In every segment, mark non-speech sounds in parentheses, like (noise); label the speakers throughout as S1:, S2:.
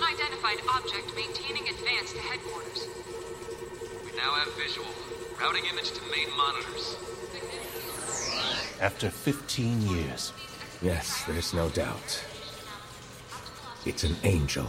S1: Unidentified object maintaining advance to headquarters.
S2: We now have visual. Routing image to main monitors.
S3: After 15 years,
S4: Yes, there's no doubt. It's an angel.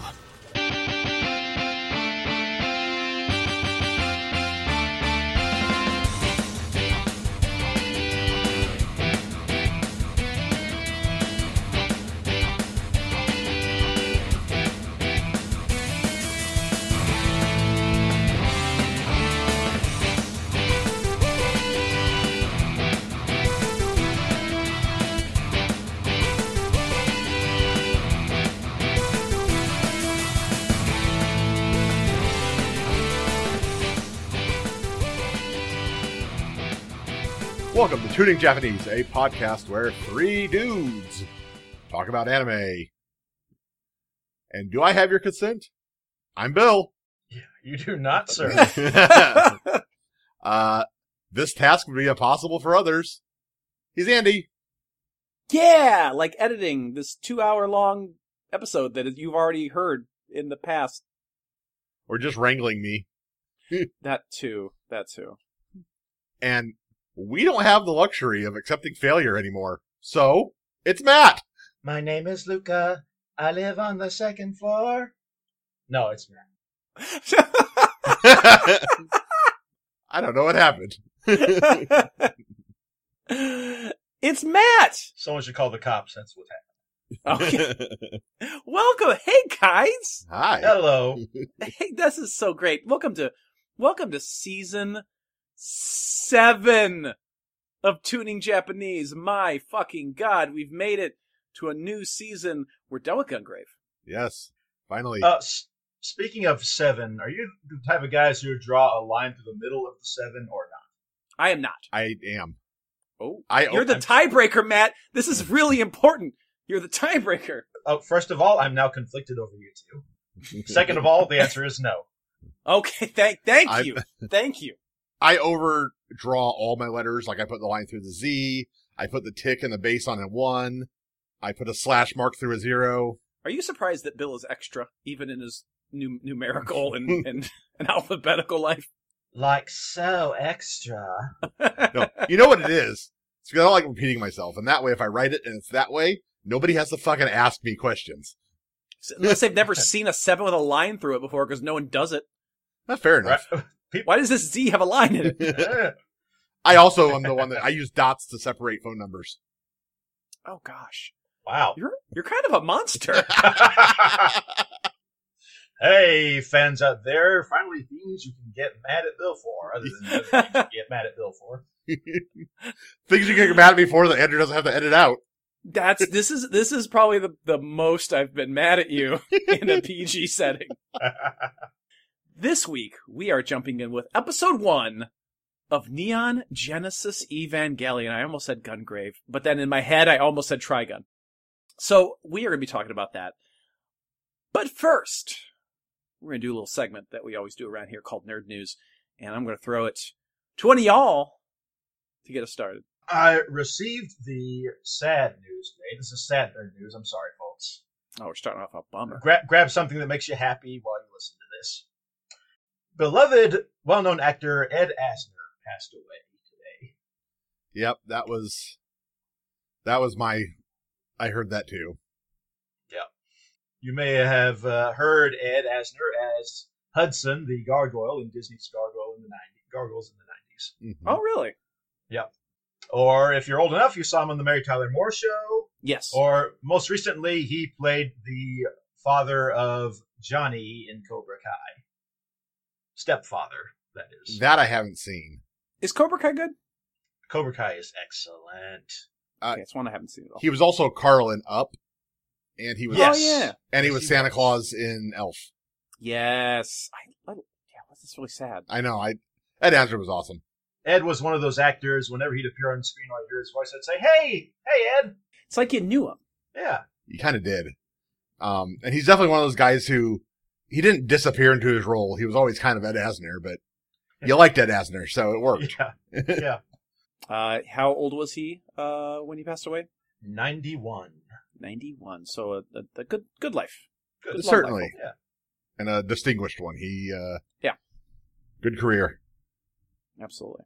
S5: Welcome to Tuning Japanese, a podcast where three dudes talk about anime. And do I have your consent? I'm
S6: (laughs)
S5: Bill.
S7: You do not, sir.
S5: uh, this task would be impossible for others. He's Andy.
S6: Yeah, like editing this two hour long episode that you've already heard in the past.
S5: Or just wrangling me.
S6: That too. That too. (laughs)
S5: And we don't have the luxury of accepting failure anymore. So, it's
S6: (laughs)
S5: Matt.
S7: My name is Luca. I live on the second floor. No, it's not.
S5: I don't know what
S6: (laughs)
S5: happened.
S6: it's Matt.
S7: Someone should call the cops. That's what happened.
S6: Okay. Welcome, hey guys.
S5: Hi.
S7: Hello.
S6: Hey, this is so great. Welcome to welcome to season seven of Tuning Japanese. My fucking god, we've made it to a new season. We're done with Gungrave.
S5: Yes. Finally.
S7: Uh, s- speaking of seven, are you the type of guys who would draw a line through the middle of the seven or not?
S6: I am not.
S5: I am.
S6: Oh,
S5: I
S6: you're the tiebreaker, Matt. This is really important. You're the tiebreaker.
S7: Oh, first of all, I'm now conflicted over you two. Second of all, the answer is no.
S6: Okay, thank thank
S5: I-
S6: you, thank you.
S5: I overdraw all my letters. Like I put the line through the Z. I put the tick and the base on a one. I put a slash mark through a zero.
S6: Are you surprised that Bill is extra, even in his nu- numerical and, and, and alphabetical life?
S7: Like so extra.
S5: No, you know what it is. It's because I don't like repeating myself. And that way, if I write it and it's that way, nobody has to fucking ask me questions.
S6: Unless they've never seen a seven with a line through it before, because no one does it.
S5: Not fair
S7: Right?
S5: (laughs)
S7: (laughs)
S5: enough.
S6: Why does this Z have a line in it?
S7: Eh,
S5: I also am the one that I use dots to separate phone numbers.
S6: Oh gosh,
S7: wow.
S6: you're you're kind of a monster.
S7: hey, fans out there, finally things you can get mad at Bill for, other than other things you can get mad at Bill for.
S5: Things you can get mad at me for that Andrew doesn't have to edit out.
S6: That's this is this is probably the the most I've been mad at you in a PG setting. This week, we are jumping in with episode one of Neon Genesis Evangelion. I almost said Gungrave, but then in my head, I almost said Trigun. So we are going to be talking about that. But first, we're going to do a little segment that we always do around here called Nerd News, and I'm going to throw it to one of y'all to get us started.
S7: I received the sad news today. This is sad nerd news. I'm sorry, folks.
S6: Oh, we're starting off a bummer.
S7: Grab, grab something that makes you happy while you listen to this. Beloved, well known actor Ed Asner passed away.
S5: Yep, that was, that was my, I heard that too.
S7: You may have uh, heard Ed Asner as Hudson, the gargoyle in Disney's Gargoyle in the 90s, Gargoyles in the 90s.
S5: Mhm.
S6: Oh, really?
S7: Or if you're old enough, you saw him on The Mary Tyler Moore Show.
S6: Yes.
S7: Or most recently, he played the father of Johnny in Cobra Kai. Stepfather, that is.
S5: That I haven't seen.
S6: Is Cobra Kai good?
S7: Cobra Kai is excellent.
S5: Uh,
S6: okay, it's one I haven't seen at all.
S5: He was also Carl in Up, and he was
S6: Yes. Oh, yeah.
S5: and he
S7: Yes,
S5: was
S7: he
S5: Santa
S7: was.
S5: Claus in Elf.
S6: Yes. I, I, yeah, this is really sad.
S5: I know. I that answer was awesome.
S7: Ed was one of those actors. Whenever he'd appear on screen, or I'd hear his voice. I'd say, "Hey, hey, Ed."
S6: It's like you knew him.
S7: Yeah,
S5: He kind of did. Um, and he's definitely one of those guys who he didn't disappear into his role. He was always kind of Ed Asner,
S6: (laughs)
S5: but you liked Ed Asner, so it worked.
S7: (laughs) yeah, yeah.
S6: Uh, how old was he uh, when he passed away?
S7: Ninety-one.
S6: Ninety-one. So a, a, a good good life.
S7: Good.
S6: Love
S5: Certainly.
S6: Michael.
S7: Yeah.
S5: and a distinguished one. He, uh,
S6: Yeah.
S5: good career.
S6: Absolutely.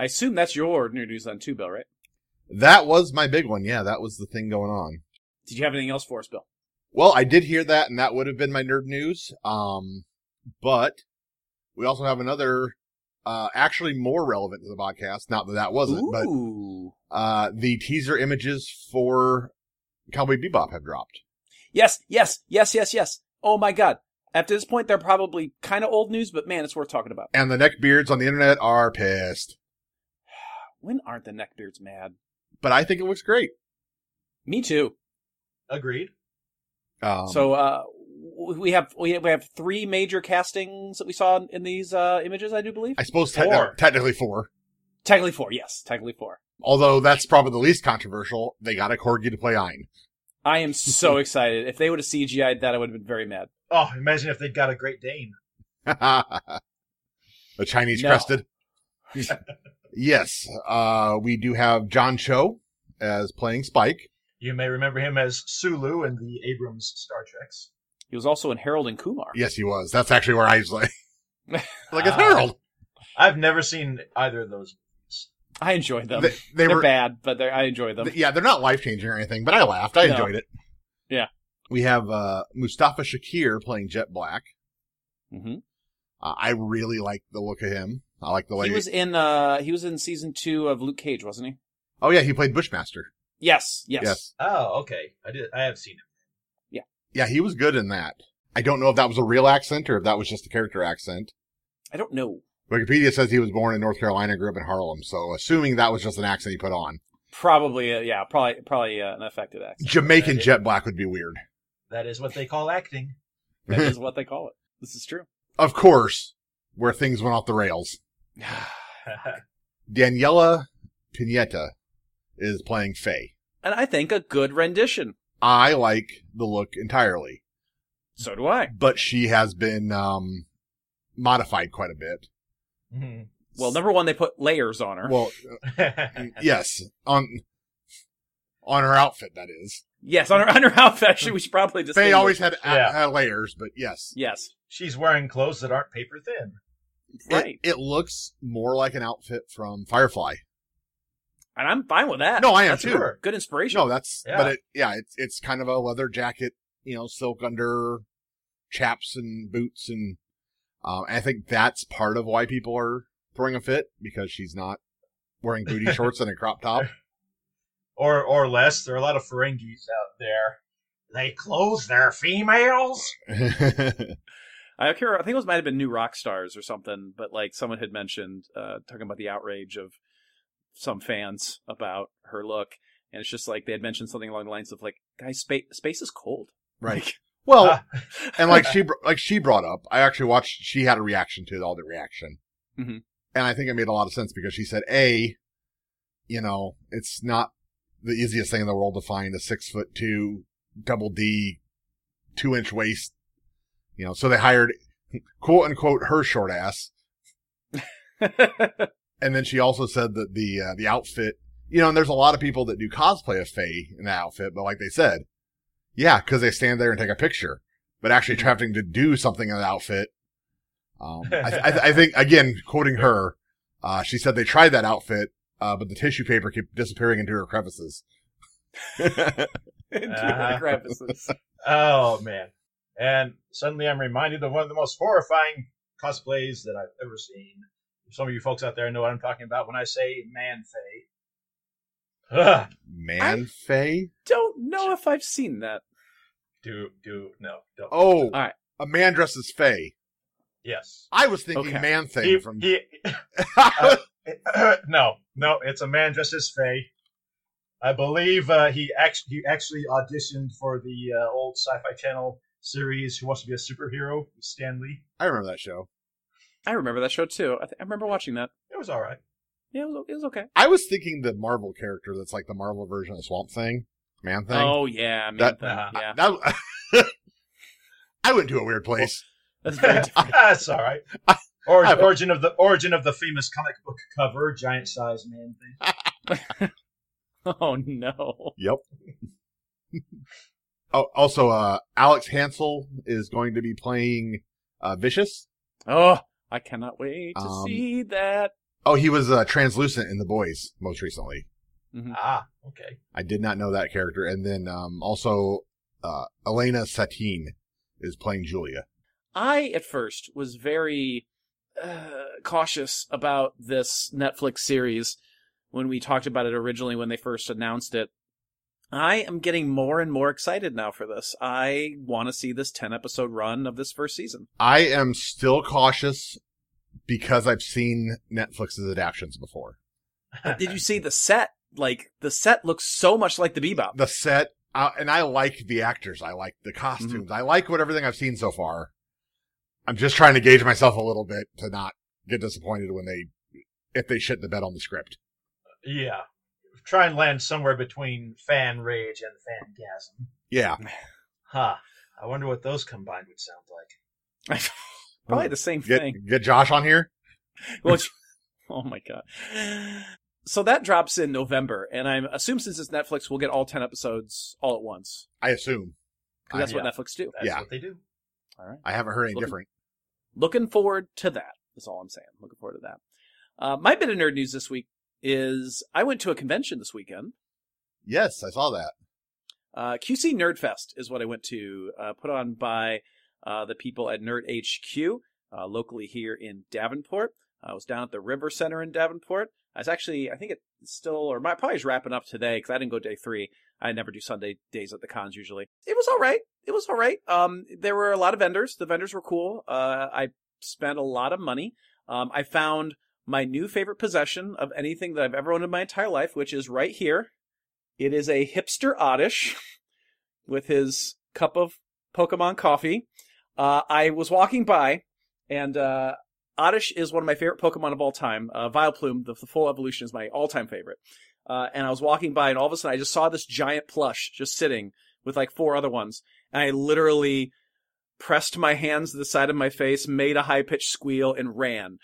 S6: I assume that's your new news on Two Bill, right?
S5: That was my big one. Yeah, that was the thing going on.
S6: Did you have anything else for us, Bill?
S5: Well, I did hear that, and that would have been my nerd news. Um, but we also have another, uh, actually more relevant to the podcast. Not that that wasn't, but
S6: Ooh.
S5: uh, the teaser images for Cowboy Bebop have dropped.
S6: Yes, yes, yes, yes, yes. Oh my god. At this point they're probably kind of old news, but man, it's worth talking about.
S5: And the neckbeards on the internet are pissed.
S6: When aren't the neckbeards mad?
S5: But I think it looks great.
S6: Me too.
S7: Agreed.
S5: Um,
S6: so uh w- we have we have we have three major castings that we saw in these uh images, I do believe.
S5: I suppose
S7: Four.
S5: techni- technically four.
S6: Technically four, yes, technically four.
S5: Although that's probably the least controversial. They got a corgi to play Ein.
S6: I
S5: (laughs)
S6: am so excited. If they would have CGI'd that, I would have been very mad.
S7: Oh, imagine if they got a Great Dane.
S5: (laughs) the Chinese
S6: No. (laughs)
S5: crested. yes, uh, we do have John Cho as playing Spike.
S7: You may remember him as Sulu in the Abrams Star Treks.
S6: He was also in Harold and Kumar.
S5: Yes, he was. That's actually where I was like, (laughs) like it's
S7: Ah.
S5: Harold.
S7: I've never seen either of those.
S6: I enjoyed them.
S5: They, they
S6: They are
S5: were,
S6: bad, but they're, I enjoy them.
S5: th- yeah, they're not life changing or anything, but I laughed. I
S6: No.
S5: enjoyed it.
S6: Yeah.
S5: we have uh, Mustafa Shakir playing Jet Black.
S6: hmm
S5: Uh, I really like the look of him. Oh, I like the way.
S6: He was in uh he was in season two of Luke Cage, wasn't he?
S5: oh yeah, he played Bushmaster.
S6: Yes, yes.
S5: Yes.
S7: Oh, okay. I did. I have seen him.
S5: Yeah, he was good in that. I don't know if that was a real accent or if that was just a character accent.
S6: I don't know.
S5: Wikipedia says he was born in North Carolina, grew up in Harlem, so assuming that was just an accent he put on.
S6: Probably, uh, yeah, probably, probably uh, an affected
S5: (laughs)
S6: accent.
S5: Jamaican Jet Black would be weird.
S7: That is what they call acting.
S6: That is what they call it. This is
S5: (sighs)
S6: true.
S5: Of course, where things went off the rails. Daniela Pineta is playing Faye.
S6: And I think a good rendition.
S5: I like the look entirely,
S6: So do I.
S5: but she has been um, modified quite a bit.
S7: Mhm.
S6: Well, number one, they put layers on her.
S5: Well, yes, on on her outfit that is.
S6: yes, (laughs) on her on her outfit. Actually, we should probably just.
S5: Faye always had,
S7: Yeah.
S5: had layers, but yes,
S6: Yes,
S7: (laughs) She's wearing clothes that aren't paper thin.
S5: It-
S6: right.
S5: it looks more like an outfit from Firefly.
S6: And I'm fine with that.
S5: No, I am
S6: That's
S5: too.
S6: Good, good inspiration.
S5: No, that's
S7: Yeah.
S5: but it yeah, it's it's kind of a leather jacket, you know, silk under chaps and boots and um I think that's part of why people are throwing a fit because she's not wearing booty shorts and a crop top. (laughs)
S7: Or, or less. There are a lot of Ferengis out there. They clothe their females.
S6: I don't care. I think it was might have been new rock stars or something, but like someone had mentioned uh, talking about the outrage of some fans about her look, and it's just like they had mentioned something along the lines of like, "Guys, space space is cold."
S5: right. Well,
S7: Ah.
S5: (laughs) and like she br- like she brought up, I actually watched she had a reaction to it, all the reaction.
S6: Mhm.
S5: And I think it made a lot of sense because she said, "A, you know, it's not the easiest thing in the world to find a 6 foot 2 double D 2 inch waist, you know, so they hired quote unquote her short ass."
S6: (laughs)
S5: And then she also said that the uh, the outfit, you know, and there's a lot of people that do cosplay of Faye in that outfit, but like they said, yeah, because they stand there and take a picture, but actually
S6: Mm-hmm.
S5: having to do something in the outfit. Um, I, th- I, th- I
S6: (laughs)
S5: think again, quoting her, uh, she said they tried that outfit, uh, but the tissue paper kept disappearing into her crevices.
S6: Into
S7: Uh-huh.
S6: the crevices.
S7: Oh man! And suddenly I'm reminded of one of the most horrifying cosplays that I've ever seen. Some of you folks out there know what I'm talking about when I say man fey. Ugh.
S5: Man, Faye.
S6: Don't know if I've seen that.
S7: (sighs) Do do no don't.
S5: Oh,
S6: right.
S5: a man dresses Faye.
S7: yes.
S5: I was thinking
S6: Okay.
S5: man thing
S7: He,
S5: (laughs) from.
S7: he, (coughs) no no it's a man dressed as fey. I believe uh, he actually he actually auditioned for the uh, old Sci-Fi Channel series Who Wants to Be a Superhero with Stan Lee.
S5: I remember that show.
S6: I remember that show too. I, th- I remember watching that.
S7: It was all right. (laughs)
S6: Yeah, it was, it was okay.
S5: I was thinking the Marvel character that's like the Marvel version of Swamp Thing, Man Thing.
S6: Oh yeah, man,
S5: That-
S6: thing,
S7: uh,
S6: yeah.
S5: That- (laughs) I went to a weird place.
S6: (laughs) That's very different.
S7: That's all right. Or,
S5: I-
S7: origin of the origin of the famous comic book cover, giant size man thing.
S6: oh no.
S5: Yep. (laughs) Oh, also, uh, Alex Hansel is going to be playing uh, Vicious.
S6: Oh, I cannot wait to
S5: Um,
S6: see that.
S5: Oh, he was uh, translucent in The Boys most recently.
S7: Ah, okay.
S5: I did not know that character. And then um, also, uh, Elena Satin is playing Julia.
S6: I at first was very uh, cautious about this Netflix series when we talked about it originally when they first announced it. I am getting more and more excited now for this. I want to see this 10 episode run of this first season.
S5: I am still cautious because I've seen Netflix's adaptions before.
S6: But did you see the set? Like the set looks so much like the Bebop.
S5: The set, uh, and I like the actors. I like the costumes. I like what everything I've seen so far. I'm just trying to gauge myself a little bit to not get disappointed when they, if they shit the bed on the script.
S7: Yeah. Try and land somewhere between fan rage and fangasm.
S5: Yeah.
S7: Huh. I wonder what those combined would sound like.
S6: Probably the same
S5: Get,
S6: thing.
S5: get Josh on here.
S6: Well, oh my god. So that drops in November, and I am assume since it's Netflix, we'll get all ten episodes all at once.
S5: I assume.
S6: 'Cause that's
S7: Uh,
S6: what
S7: yeah.
S6: Netflix do.
S7: That's
S5: Yeah.
S7: what they do.
S6: All right.
S5: I haven't heard any
S6: Looking-
S5: different.
S6: Looking forward to that. That's all I'm saying. Looking forward to that. Uh, my bit of nerd news this week is I went to a convention this weekend.
S5: Yes, I saw that.
S6: Uh, QC Nerdfest is what I went to, uh, put on by uh, the people at Nerd HQ, uh, locally here in Davenport. I was down at the River Center in Davenport. I was actually, I think it's still, or my probably is wrapping up today because I didn't go day three. I never do Sunday days at the cons usually. It was all right. It was all right. Um, there were a lot of vendors. The vendors were cool. Uh, I spent a lot of money. Um, I found my new favorite possession of anything that I've ever owned in my entire life, which is right here. It is a hipster oddish with his cup of Pokemon coffee. Uh, I was walking by, and uh, Oddish is one of my favorite Pokemon of all time. Uh, Vileplume, the, the full evolution, is my all-time favorite. Uh, and I was walking by, and all of a sudden, I just saw this giant plush just sitting with like four other ones, and I literally pressed my hands to the side of my face, made a high-pitched squeal, and ran.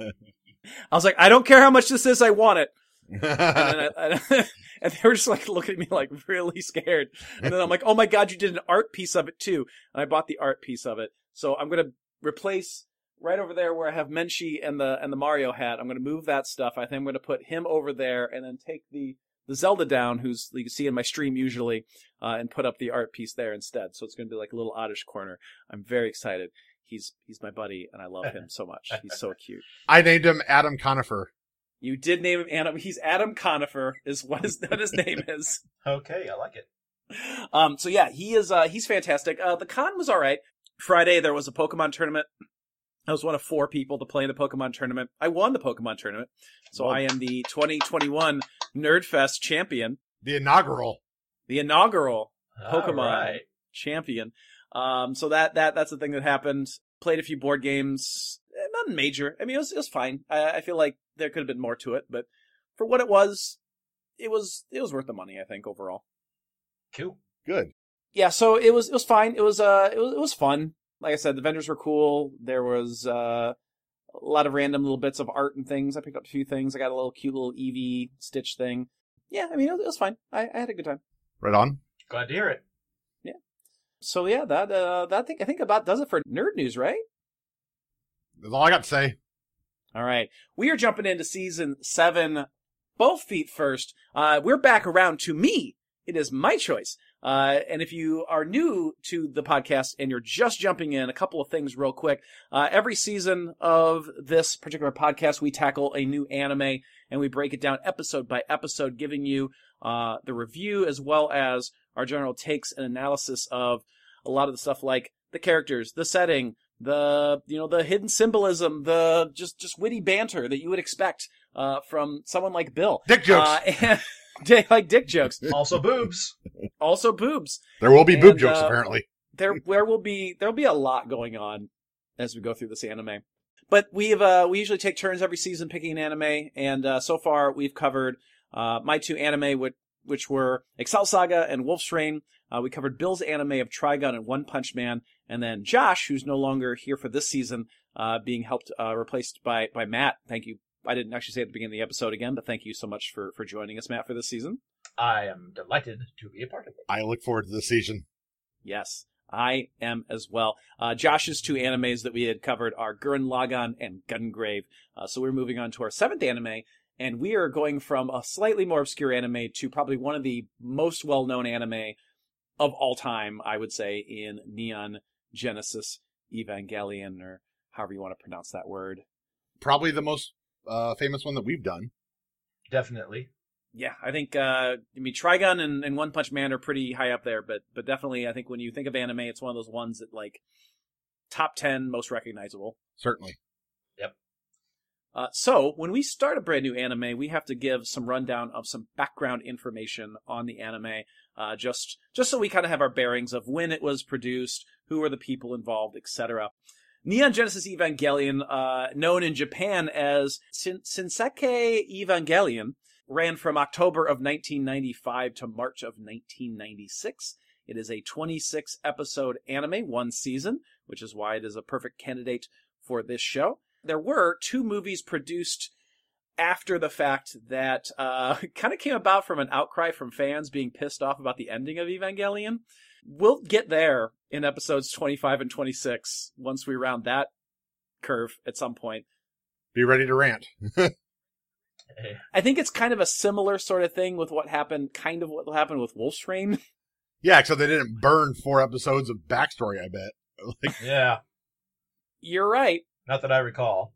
S6: I was like, I don't care how much this is, I want it and, (laughs) then I, I- and they were just like looking at me like really scared. And then I'm like, oh my god, you did an art piece of it too. And I bought the art piece of it. So I'm gonna replace right over there where I have Menchi and the and the Mario hat. I'm gonna move that stuff. I think I'm gonna put him over there and then take the the Zelda down, who's you can see in my stream usually, uh, and put up the art piece there instead. So it's gonna be like a little oddish corner. I'm very excited. He's he's my buddy and I love him so much. He's so cute.
S5: I named him Adam Conifer.
S6: You did name him Adam. He's Adam Conifer is what his what his name is.
S7: Okay, I like it.
S6: Um. So yeah, he is. Uh, he's fantastic. Uh, the con was all right. Friday there was a Pokemon tournament. I was one of four people to play in the Pokemon tournament. I won the Pokemon tournament, so I am the 2021 Nerdfest champion,
S5: The inaugural.
S6: the inaugural
S7: All
S6: Pokemon.
S7: right.
S6: champion. Um, so that that that's the thing that happened. Played a few board games, eh, nothing major. I mean, it was it was fine. I, I feel like there could have been more to it, but for what it was, it was it was worth the money. I think overall.
S7: Cool.
S5: Good.
S6: Yeah, so it was it was fine. It was uh it was it was fun. Like I said, the vendors were cool. There was uh a lot of random little bits of art and things. I picked up a few things. I got a little cute little Eevee Stitch thing. Yeah, I mean it was, it was fine. I, I had a good time.
S5: Right on.
S7: Glad to hear it.
S6: So yeah, that uh that thing I think about does it for nerd news, right?
S5: That's all I got to say.
S6: All right. We are jumping into season seven, both feet first. Uh, we're back around to me. It is my choice. Uh, and if you are new to the podcast and you're just jumping in, a couple of things real quick. Uh, every season of this particular podcast, we tackle a new anime and we break it down episode by episode, giving you uh, the review as well as our general takes and analysis of a lot of the stuff like the characters, the setting, the you know the hidden symbolism, the just just witty banter that you would expect uh, from someone like Bill.
S5: Dick jokes.
S6: Uh, (laughs) and- Dick- like dick jokes,
S7: Also boobs.
S6: also boobs.
S5: there will be boob
S6: and,
S5: jokes,
S6: uh,
S5: apparently.
S6: There there will be there'll be a lot going on as we go through this anime. But we've uh, we usually take turns every season picking an anime, and uh, so far we've covered uh, my two anime, which which were Excel Saga and Wolf's Rain. Uh, we covered Bill's anime of Trigun and One Punch Man, and then Josh, who's no longer here for this season, uh, being helped uh, replaced by by Matt. Thank you. I didn't actually say it at the beginning of the episode again, but thank you so much for for joining us, Matt, for this season.
S7: I am delighted to be a part of it.
S5: I look forward to this season.
S6: Yes, I am as well. Uh, Josh's two animes that we had covered are Gurren Lagann and Gungrave. Uh, so we're moving on to our seventh anime, and we are going from a slightly more obscure anime to probably one of the most well-known anime of all time, I would say, in Neon Genesis Evangelion, or however you want to pronounce that word.
S5: Probably the most uh, famous one that we've done.
S7: Definitely.
S6: Yeah, I think uh, I mean Trigun and, and One Punch Man are pretty high up there, but but definitely I think when you think of anime, it's one of those ones that like top ten most recognizable.
S5: Certainly.
S6: Uh, so when we start a brand new anime, we have to give some rundown of some background information on the anime, uh, just just so we kind of have our bearings of when it was produced, who are the people involved, etc. Neon Genesis Evangelion, uh, known in Japan as Sin- Shinseke Evangelion, ran from October of 1995 to March of 1996. It is a 26 episode anime, one season, which is why it is a perfect candidate for this show there were two movies produced after the fact that uh, (laughs) kind of came about from an outcry from fans being pissed off about the ending of Evangelion. We'll get there in episodes 25 and 26 once we round that curve at some point.
S5: Be ready to rant.
S7: Eh,
S6: I think it's kind of a similar sort of thing with what happened, kind of what happened with Wolf's Rain.
S5: Yeah, except they didn't burn four episodes of backstory, I bet. (laughs) Like,
S7: yeah.
S6: (laughs) You're right.
S7: Not that I recall.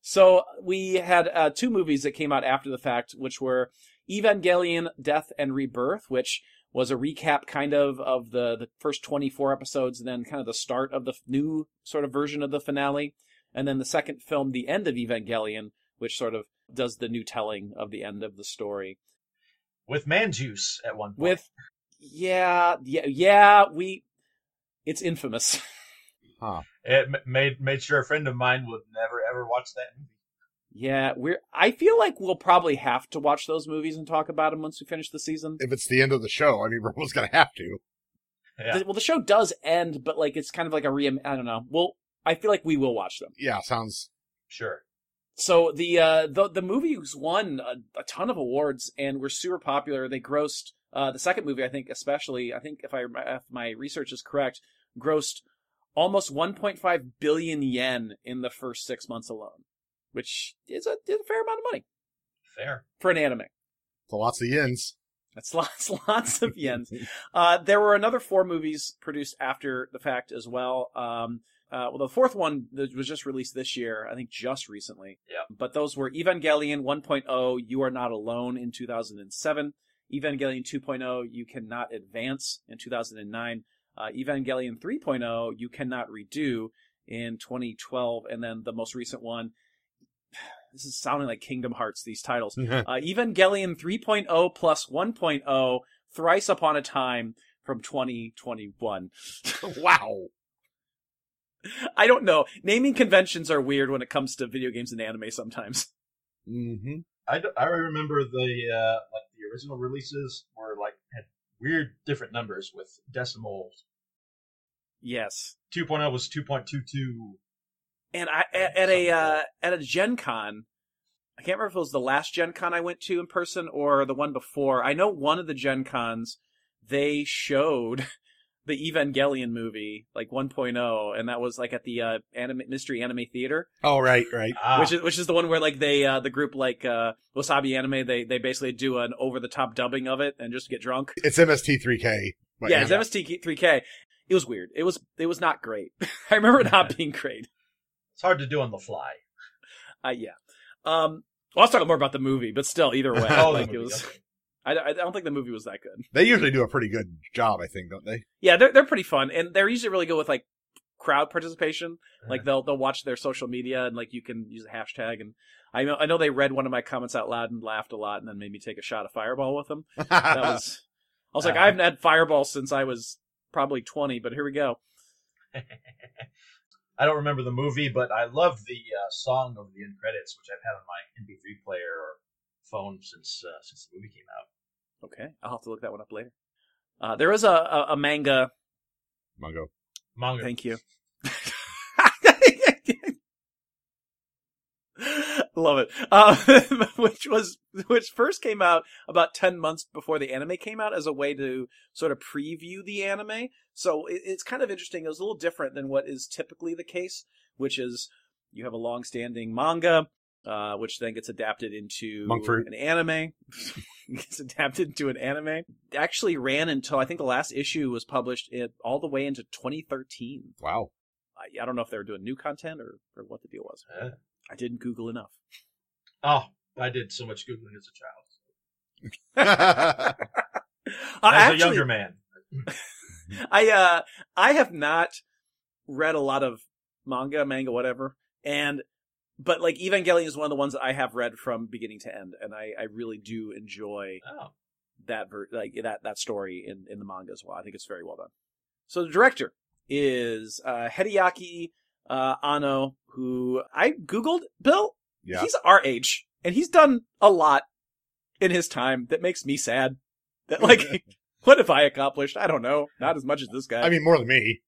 S6: So we had uh, two movies that came out after the fact, which were Evangelion: Death and Rebirth, which was a recap kind of of the the first 24 episodes, and then kind of the start of the f- new sort of version of the finale, and then the second film, The End of Evangelion, which sort of does the new telling of the end of the story
S7: With man juice at one point.
S6: with yeah yeah yeah we it's infamous (laughs)
S7: it m- made made sure a friend of mine would never ever watch that movie.
S6: yeah we're i feel like we'll probably have to watch those movies and talk about them once we finish the season
S5: if it's the end of the show, I mean, (laughs) we're almost going to have to.
S7: Yeah.
S6: The- well, the show does end, but like it's kind of like a re. I don't know. Well, I feel like we will watch them.
S5: Yeah, sounds.
S7: Sure.
S6: So the uh, the the movies won a, a ton of awards and were super popular. They grossed uh, the second movie, I think, especially. I think if I if my research is correct, grossed almost 1.5 billion yen in the first six months alone, which is a, is a fair amount of money
S7: Fair.
S6: for an anime.
S5: So lots of (laughs) yins.
S6: That's (laughs) lots, lots of yens. Uh, there were another four movies produced after the fact as well. Um, uh, well, the fourth one that was just released this year, I think, just recently.
S7: Yeah.
S6: But those were Evangelion 1.0, You Are Not Alone in 2007, Evangelion 2.0, You Cannot Advance in 2009, uh, Evangelion 3.0, You Cannot Redo in 2012, and then the most recent one. (sighs) This is sounding like Kingdom Hearts. These titles.
S5: Mm-hmm.
S6: Uh, Evangelion 3.0 plus 1.0, Thrice Upon a Time from (laughs) 2021.
S5: wow.
S6: I don't know. Naming conventions are weird when it comes to video games and anime sometimes.
S5: Mm-hmm.
S7: I, d- I remember the uh, like the original releases were like had weird different numbers with decimals.
S6: Yes.
S7: 2.0 was 2.22.
S6: And I at, at a uh, at a Gen Con, I can't remember if it was the last Gen Con I went to in person or the one before. I know one of the Gen Cons they showed (laughs) the Evangelion movie like 1.0 and that was like at the uh, anime mystery anime theater
S5: Oh, right, right.
S7: Ah,
S6: which is which is the one where like they uh, the group like uh, Wasabi Anime they they basically do an over the top dubbing of it and just get drunk.
S5: It's MST3K. but
S6: yeah, it's MST3K. It was weird. It was it was not great. (laughs) I remember it not being great.
S7: it's hard to do on the fly.
S6: Uh, yeah. Um, well, I was talking more about the movie, but still, either
S7: (laughs)
S6: way,
S5: Oh,
S6: like
S7: the
S6: it
S7: movie,
S6: was.
S7: okay.
S6: I, I don't think the movie was that good.
S5: They usually do a pretty good job, I think, don't they? (laughs)
S6: Yeah, they're they're pretty fun, and they're usually really good with like crowd participation.
S7: Uh-huh.
S6: Like they'll they'll watch their social media, and like you can use a hashtag. And I know I know they read one of my comments out loud and laughed a lot, and then made me take a shot of Fireball with them.
S5: (laughs)
S6: that was I was like,
S7: Uh,
S6: I haven't had Fireball since I was probably twenty, but here we go.
S7: I don't remember the movie, but I love the uh, song of the end credits, which I've had on my MP3 player or phone since uh, since the movie came out.
S6: Okay, I'll have to look that one up later. Uh, there is a, a, a manga.
S5: Mungo.
S7: Manga.
S6: Thank you. (laughs) Love it. Um, (laughs) which was which first came out about ten months before the anime came out as a way to sort of preview the anime. So it, it's kind of interesting. It was a little different than what is typically the case, which is you have a long-standing manga, uh, which then gets adapted into
S5: Monk fruit.
S6: an anime. (laughs) gets adapted into an anime. It actually ran until I think the last issue was published in, all the way into 2013. (laughs)
S5: Wow. (laughs)
S6: I, I don't know if they were doing new content or, or what the deal was.
S7: Uh,
S6: I didn't Google enough. (laughs)
S7: oh, I did so much googling as a child.
S5: yeah,
S6: Uh,
S7: as
S6: actually,
S7: a younger man,
S6: (laughs) I uh I have not read a lot of manga, manga, whatever, and but like Evangelion is one of the ones that I have read from beginning to end, and I I really do enjoy
S7: oh,
S6: that ver- like that that story in in the manga as well. I think it's very well done. So the director is uh Hideaki uh, Anno, who I googled. Bill, he's our age, and he's done a lot in his time that makes me sad. That like, (laughs) what have I accomplished? I don't know. Not as much as this guy.
S5: I mean more than me.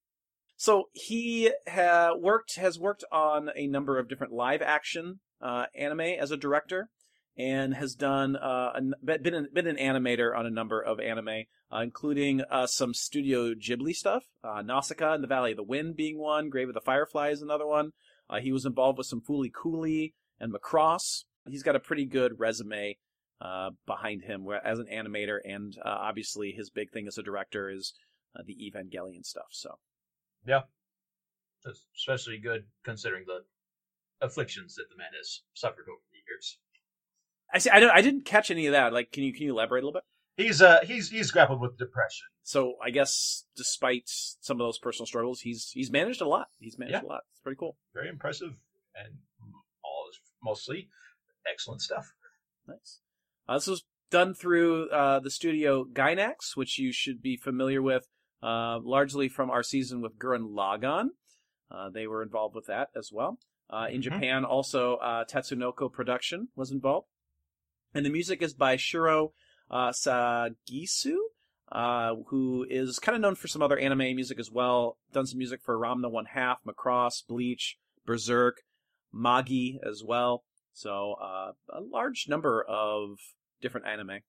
S6: So he ha- worked has worked on a number of different live action uh, anime as a director, and has done uh, an, been an, been an animator on a number of anime, uh, including uh, some Studio Ghibli stuff, uh, Nausicaa and the Valley of the Wind being one, Grave of the Firefly is another one. Uh, he was involved with some Foolie Cooley and Macross. He's got a pretty good resume uh, behind him where, as an animator, and uh, obviously his big thing as a director is uh, the Evangelion stuff. So.
S7: that's especially good considering the afflictions that the man has suffered over the years.
S6: I see. I don't. I didn't catch any of that. Like, can you can you elaborate a little bit?
S7: He's uh, he's he's grappled with depression.
S6: So I guess despite some of those personal struggles, he's he's managed a lot. He's managed
S7: Yeah.
S6: a lot. It's pretty cool.
S7: Very impressive and all is mostly excellent stuff. (laughs)
S6: Nice. Uh, this was done through uh, the studio Gynax, which you should be familiar with, uh, largely from our season with Gurren Lagann. Uh, they were involved with that as well. Uh, in
S7: Mhm.
S6: Japan, also uh, Tatsunoko Production was involved, and the music is by Shiro uh, Sagisu, uh, who is kind of known for some other anime music as well. Done some music for Ramna One Half, Macross, Bleach, Berserk, Magi as well. So uh, a large number of different anime.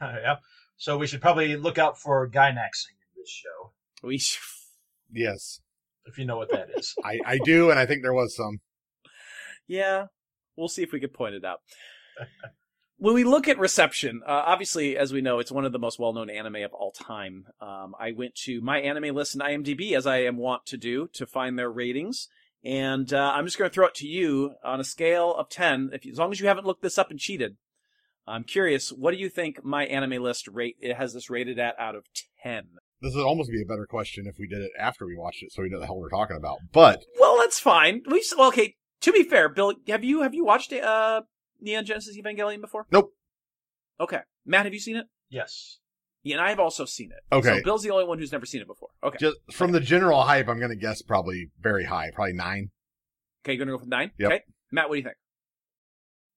S7: yeah. So we should probably look out for Gynaxing in this show,
S6: We (laughs)
S5: Yes.
S7: if you know what that is.
S5: I, I do, and I think there was some.
S6: yeah, we'll see if we can point it out. when we look at reception, uh, obviously, as we know, it's one of the most well-known anime of all time. Um, I went to my anime list and IMDb, as I am wont to do, to find their ratings. And uh, I'm just going to throw it to you on a scale of ten. If as long as you haven't looked this up and cheated, I'm curious. What do you think my anime list rate? It has this rated at out of ten.
S5: This would almost be a better question if we did it after we watched it, so we know the hell we're talking about. But
S6: Well, that's fine. We well, okay. To be fair, Bill, have you have you watched uh Neon Genesis Evangelion before?
S5: Nope.
S6: Okay, Matt, have you seen it?
S7: yes.
S6: Yeah, and I have also seen it.
S5: Okay.
S6: so Bill's the only one who's never seen it before. Okay,
S5: just from the general hype, I'm going to guess probably very high, probably nine. (laughs)
S6: okay, you're gonna go with nine.
S5: Yep.
S6: Okay, Matt, what do you think?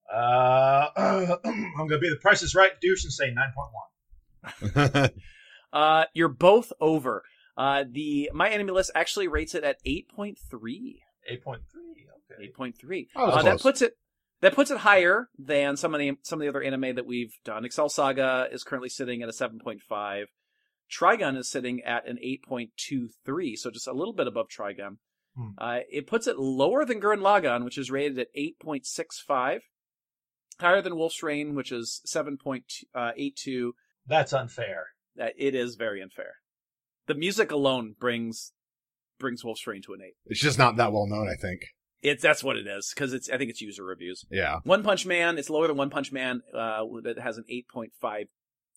S7: Uh, (clears throat) I'm going to be the Price is Right douche and say 9.1.
S6: Uh, you're both over. Uh, the my anime list actually rates it at eight point three.
S7: 8.3. Okay.
S6: Eight point three.
S5: Oh, that's
S6: uh, that
S5: close.
S6: puts it that puts it higher than some of the some of the other anime that we've done. Excel Saga is currently sitting at a seven point five. Trigun is sitting at an eight point two three, so just a little bit above Trigun.
S7: Hmm.
S6: Uh, it puts it lower than Gurren Lagann, which is rated at eight point six five. Higher than Wolf's Rain, which is seven point uh, eight two
S7: That's unfair.
S6: uh, it is very unfair. The music alone brings brings Wolf's Rain to an eight.
S5: It's just not that well known, I think.
S6: It's that's what it is because it's I think it's user reviews. (laughs)
S5: Yeah. (laughs)
S6: One Punch Man, it's lower than One Punch Man uh, that has an eight point five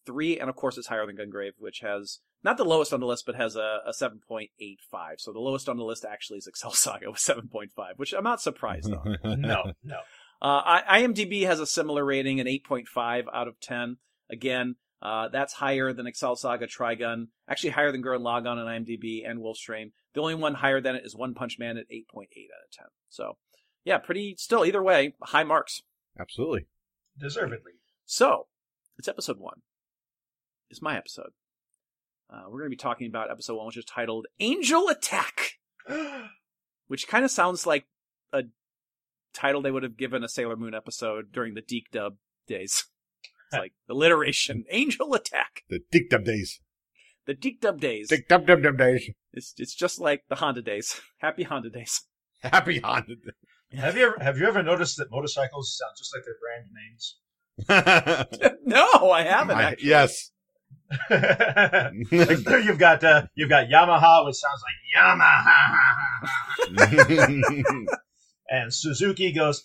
S6: three, and of course it's higher than Gungrave, which has not the lowest on the list, but has a, a seven point eight five. So the lowest on the list actually is Excel (laughs) Saga with seven point five, which I'm not surprised on.
S5: (laughs)
S7: No, no.
S6: Uh, I- IMDb has a similar rating, an 8.5 out of 10. Again, uh, that's higher than Excel Saga Trigun, actually higher than Gurren Lagann on IMDb and Wolf's Rain. The only one higher than it is One Punch Man at 8.8 out of 10. So, yeah, pretty, still, either way, high marks.
S5: Absolutely.
S7: Deservedly. (gasps)
S6: So, it's episode one. It's my episode. Uh, we're going to be talking about episode one, which is titled Angel Attack, which kind of sounds like a title they would have given a Sailor Moon episode during the Deke Dub days. It's like alliteration, Angel Attack,
S5: The dick dub days.
S6: the Deke Dub days.
S5: Dick dub dub dub days. (laughs)
S6: It's it's just like the Honda days, (laughs) Happy Honda days. (laughs)
S5: Happy haunted.
S7: Have you ever, have you ever noticed that motorcycles sound just like their brand names?
S6: no, I haven't.
S5: My-
S6: actually. (laughs)
S5: yes.
S7: (laughs)
S5: Ah,
S7: you've got uh, you've got Yamaha, which sounds like Yamaha,
S5: That's
S7: and Suzuki goes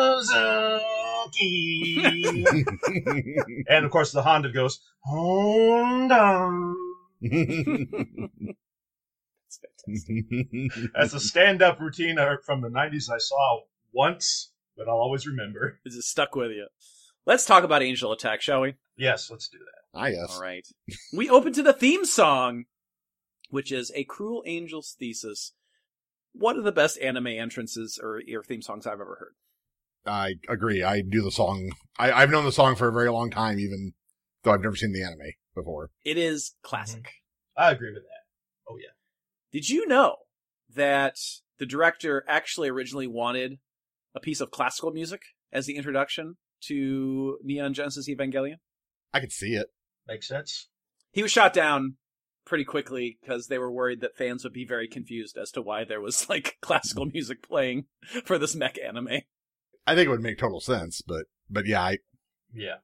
S5: (laughs)
S7: Suzuki, and of course the Honda goes Honda.
S6: It's fantastic.
S7: That's a stand-up routine uh, from the '90s I saw once, but I'll always remember.
S6: This is stuck with you. Let's talk about Angel Attack, shall we?
S7: Yes, let's do that.
S5: ah, yes.
S6: All right. we open to the theme song, which is A Cruel Angel's Thesis. One of the best anime entrances or, or theme songs I've ever heard.
S5: I agree. I do the song. I, I've known the song for a very long time, even though I've never seen the anime before.
S6: It is classic.
S7: I agree with that. Oh yeah.
S6: Did you know that the director actually originally wanted a piece of classical music as the introduction to Neon Genesis Evangelion?
S5: I could see it.
S7: Makes sense.
S6: He was shot down pretty quickly because they were worried that fans would be very confused as to why there was like (laughs) classical music playing for this mech anime.
S5: I think it would make total sense, but but yeah, I
S7: Yeah.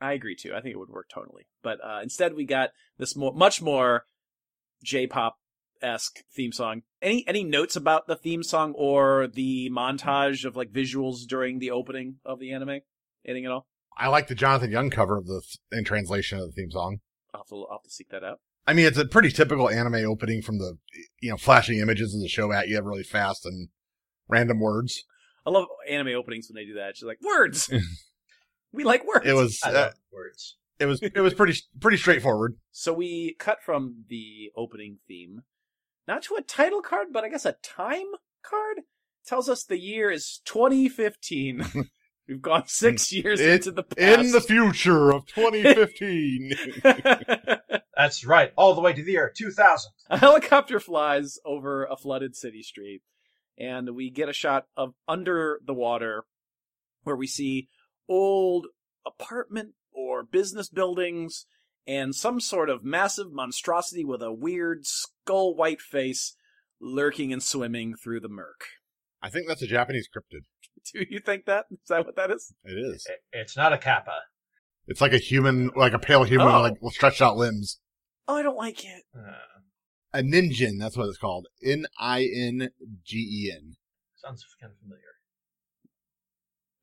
S6: I agree too. I think it would work totally. But uh, instead, we got this more, much more J-pop esque theme song. Any any notes about the theme song or the montage of like visuals during the opening of the anime? Anything at all?
S5: I like the Jonathan Young cover of the th- in translation of the theme song.
S6: I'll have to, I'll have to seek that out.
S5: I mean, it's a pretty typical anime opening from the you know flashing images of the show at you really fast and random words.
S6: I love anime openings when they do that. She's like
S5: (laughs)
S6: words. we like words. (laughs)
S5: It was
S7: I
S5: uh,
S7: love words.
S5: it was it was pretty pretty straightforward.
S6: So we cut from the opening theme, not to a title card, but I guess a time card. tells us the year is 2015. (laughs) We've gone six years
S5: Hmm. It-
S6: into the past.
S5: In the future
S6: (laughs)
S5: of 2015,
S7: That's right. All the way to the year 2000.
S6: a helicopter flies over a flooded city street, and we get a shot of under the water where we see old apartment or business buildings and some sort of massive monstrosity with a weird skull white face lurking and swimming through the murk. (laughs)
S5: I think that's a Japanese cryptid.
S6: Do you think that? Is that what that is?
S5: It is.
S7: I- It's not a kappa.
S5: It's like a human, like a pale human,
S6: Oh.
S5: with like stretched out limbs.
S6: Oh, I don't like it.
S7: Uh,
S5: A ninjin. That's what it's called. N i n g e n. (laughs)
S7: sounds kind of familiar.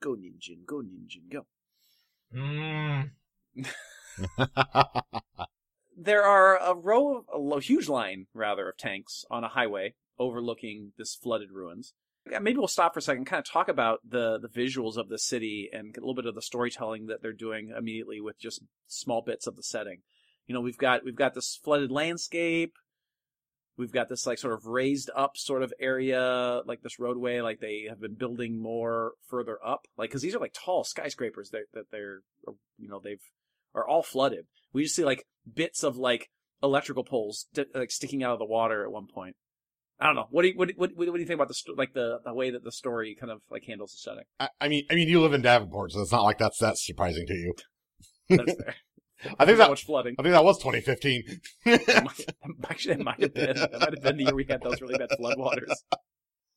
S6: Go ninjin, go ninjin, go.
S7: Mm,
S6: there are a row of a lo- huge line rather of tanks on a highway overlooking this flooded ruins Yeah, maybe we'll stop for a second and kind of talk about the the visuals of the city and get a little bit of the storytelling that they're doing immediately with just small bits of the setting you know we've got we've got this flooded landscape we've got this like sort of raised up sort of area like this roadway like they have been building more further up like because these are like tall skyscrapers that, that they're you know they've are all flooded we just see like bits of like electrical poles di- like sticking out of the water at one point. I don't know. What do you what do- what, what do you think about the sto- like the, the way that the story kind of like handles
S5: (laughs)
S6: the setting?
S5: I, I mean, I mean, you live in Davenport, so it's not like that's that surprising to you.
S6: That's fair.
S5: I think
S6: There's so
S5: that
S6: much flooding.
S5: I think that was 2015.
S6: (laughs) Actually, it might have been. It might have been the year we had those really bad
S5: (laughs)
S6: floodwaters.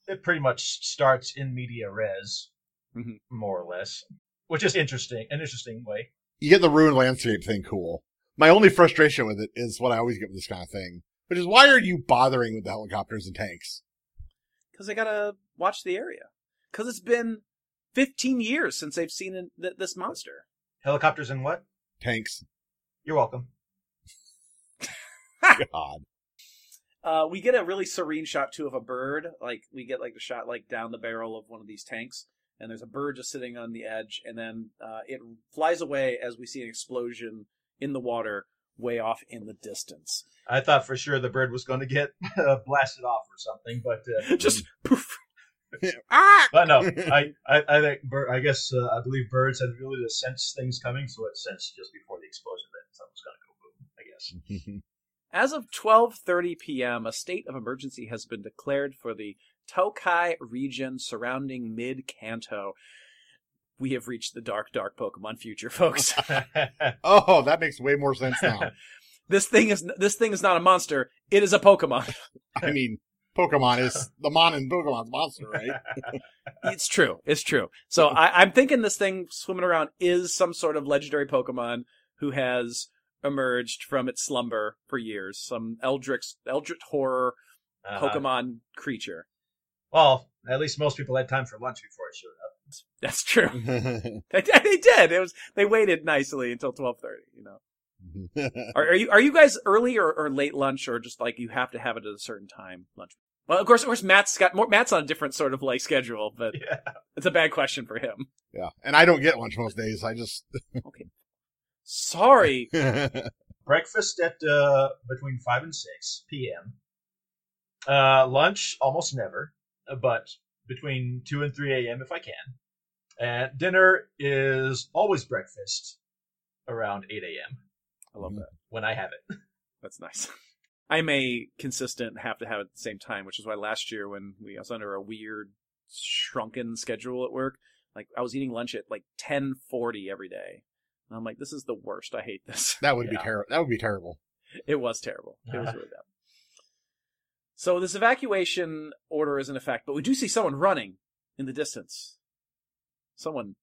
S7: it pretty much starts in media res,
S6: Mhm.
S7: more or less, which is interesting, an interesting way.
S5: you get the ruined landscape thing cool. My only frustration with it is what I always get with this kind of thing, which is why are you bothering with the helicopters and tanks?
S6: Because they gotta watch the area. Because it's been 15 years since they've seen an, th- this monster.
S7: Helicopters and what?
S5: Tanks,
S7: You're welcome.
S5: God. (laughs)
S6: Uh, we get a really serene shot too of a bird. Like we get like the shot like down the barrel of one of these tanks, and there's a bird just sitting on the edge, and then uh, it flies away as we see an explosion in the water way off in the distance.
S7: I thought for sure the bird was going to get (laughs) uh, blasted off or something, but uh,
S6: (laughs) just poof.
S5: Ah!
S7: but
S6: (laughs)
S7: no, I I, I think bir- I guess uh, I believe birds have the ability to sense things coming, so it sensed just before the explosion that something was going to go boom. I guess.
S6: As of 12:30 p.m., a state of emergency has been declared for the Tokai region surrounding Mid Kanto. We have reached the dark, dark Pokemon future, (laughs) folks. Mm.
S7: (laughs)
S5: Oh, that makes way more sense now.
S6: this thing is this thing is not a monster; it is a Pokemon.
S5: I mean, Pokemon is the mon in Pokemon's monster, right?
S6: It's true. It's true. So I, I'm thinking this thing swimming around is some sort of legendary Pokemon who has emerged from its slumber for years, some eldritch, eldritch horror
S7: Uh,
S6: Pokemon creature. (laughs)
S7: Well, at least most people had time for lunch before it showed up.
S6: That's true. They, they did. It was they waited nicely until 12:30. You know. Are, are you are you guys early or, or late lunch or just like you have to have it at a certain time lunch? Well, of course, of course, Matt's got more. Matt's on a different sort of like schedule, but (laughs)
S7: Yeah.
S6: it's a bad question for him.
S5: (laughs) yeah, and I don't get lunch most days. I just (laughs)
S6: Sorry,
S7: (laughs) Breakfast at uh, between 5 and 6 p.m. Uh, lunch, almost never, but between 2 and 3 a.m. if I can. And dinner is always breakfast around 8 a.m.
S6: I love that.
S7: Mm. when I have it.
S6: That's nice. (laughs) I'm a consistent have to have it at the same time, which is why last year when we I was under a weird shrunken schedule at work, like I was eating lunch at like 10:40 every day, and I'm like, this is the worst. I hate this. (laughs)
S5: that would be
S7: Yeah.
S5: terrible. That would be terrible. (laughs)
S6: It was terrible. It was really bad. So this evacuation order is in effect, but we do see someone running in the distance. Someone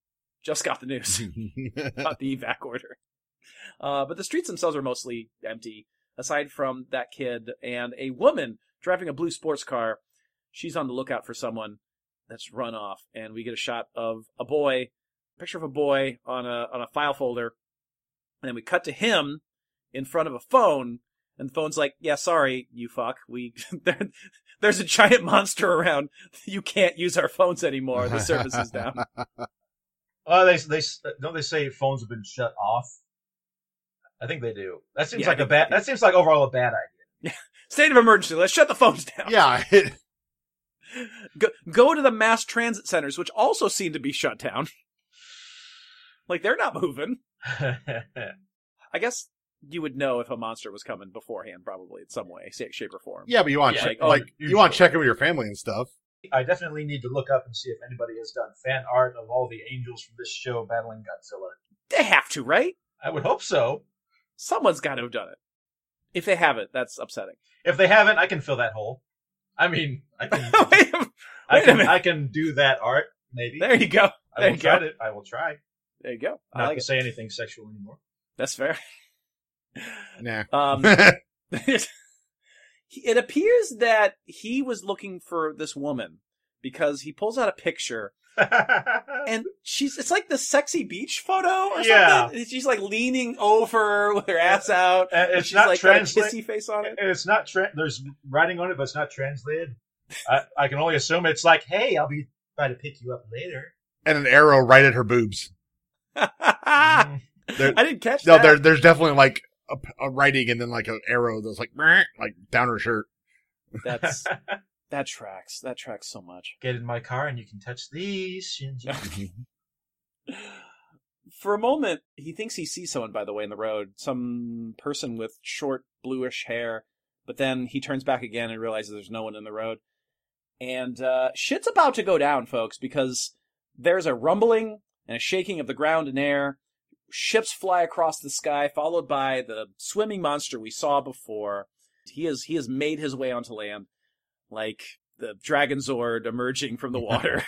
S6: just got the news (laughs) about the evac order. Uh, but the streets themselves are mostly empty, aside from that kid and a woman driving a blue sports car. She's on the lookout for someone that's run off, and we get a shot of a boy, picture of a boy on a on a file folder, and then we cut to him in front of a phone, and the phone's like, "Yeah, sorry, you fuck. We (laughs) there, there's a giant monster around. You can't use our phones anymore. The service is down."
S7: Oh, they they don't they say phones have been shut off. I think they do. That seems
S6: Yeah, I
S7: like a
S6: think-
S7: bad. That seems like overall a bad idea.
S6: State of emergency. Let's shut the phones down.
S5: yeah, it,
S6: Go, go to the mass transit centers, which also seem to be shut down. (laughs) like they're not moving. I guess you would know if a monster was coming beforehand, probably in some way, sa- shape, or form.
S5: yeah, but you want to
S7: Yeah,
S5: check,
S6: oh,
S5: like you want to
S7: usually.
S5: check in with your family and stuff.
S7: (laughs) I definitely need to look up and see if anybody has done fan art of all the angels from this show battling Godzilla.
S6: They have to, right?
S7: I would hope so.
S6: Someone's got to have done it. If they haven't, that's upsetting. (laughs)
S7: If they haven't, I can fill that hole. I mean, I can,
S6: (laughs) Wait a-
S7: I
S6: wait a
S7: can,
S6: minute.
S7: I can do that art. Maybe
S6: there you go.
S7: I
S6: there
S7: will
S6: you
S7: try
S6: go.
S7: it. I will try.
S6: There you go. I
S7: Not
S6: like
S7: to
S6: it.
S7: say anything sexual anymore. (laughs)
S6: That's fair.
S5: Nah. (laughs)
S6: Um, (laughs) he- it appears that he was looking for this woman because he pulls out a picture and she's it's like the sexy beach photo or
S7: Yeah.
S6: something. And She's like leaning over with her ass out.
S7: Uh,
S6: and
S7: it's
S6: she's
S7: not
S6: like got a
S7: translate-
S6: kissy face on it.
S7: And it's not tra- there's writing on it, but it's not translated. I, I can only assume it's like, "Hey, I'll be trying to pick you up later."
S5: and an arrow right at her boobs.
S6: (laughs) I
S7: Mm.
S5: There-
S6: didn't catch
S5: No,
S6: that.
S5: there, there's definitely like a, a writing and then like an arrow that's like "Meh," like down her shirt.
S6: That's that tracks. That tracks so much.
S7: Get in my car, and you can touch these. (laughs) Shinji.
S6: For a moment, he thinks he sees someone, by the way, in the road, some person with short, bluish hair, but then he turns back again and realizes there's no one in the road. And uh, shit's about to go down, folks, because there's a rumbling and a shaking of the ground and air. Ships fly across the sky, followed by the swimming monster we saw before. He has he has made his way onto land, like the Dragon Zord emerging from the water.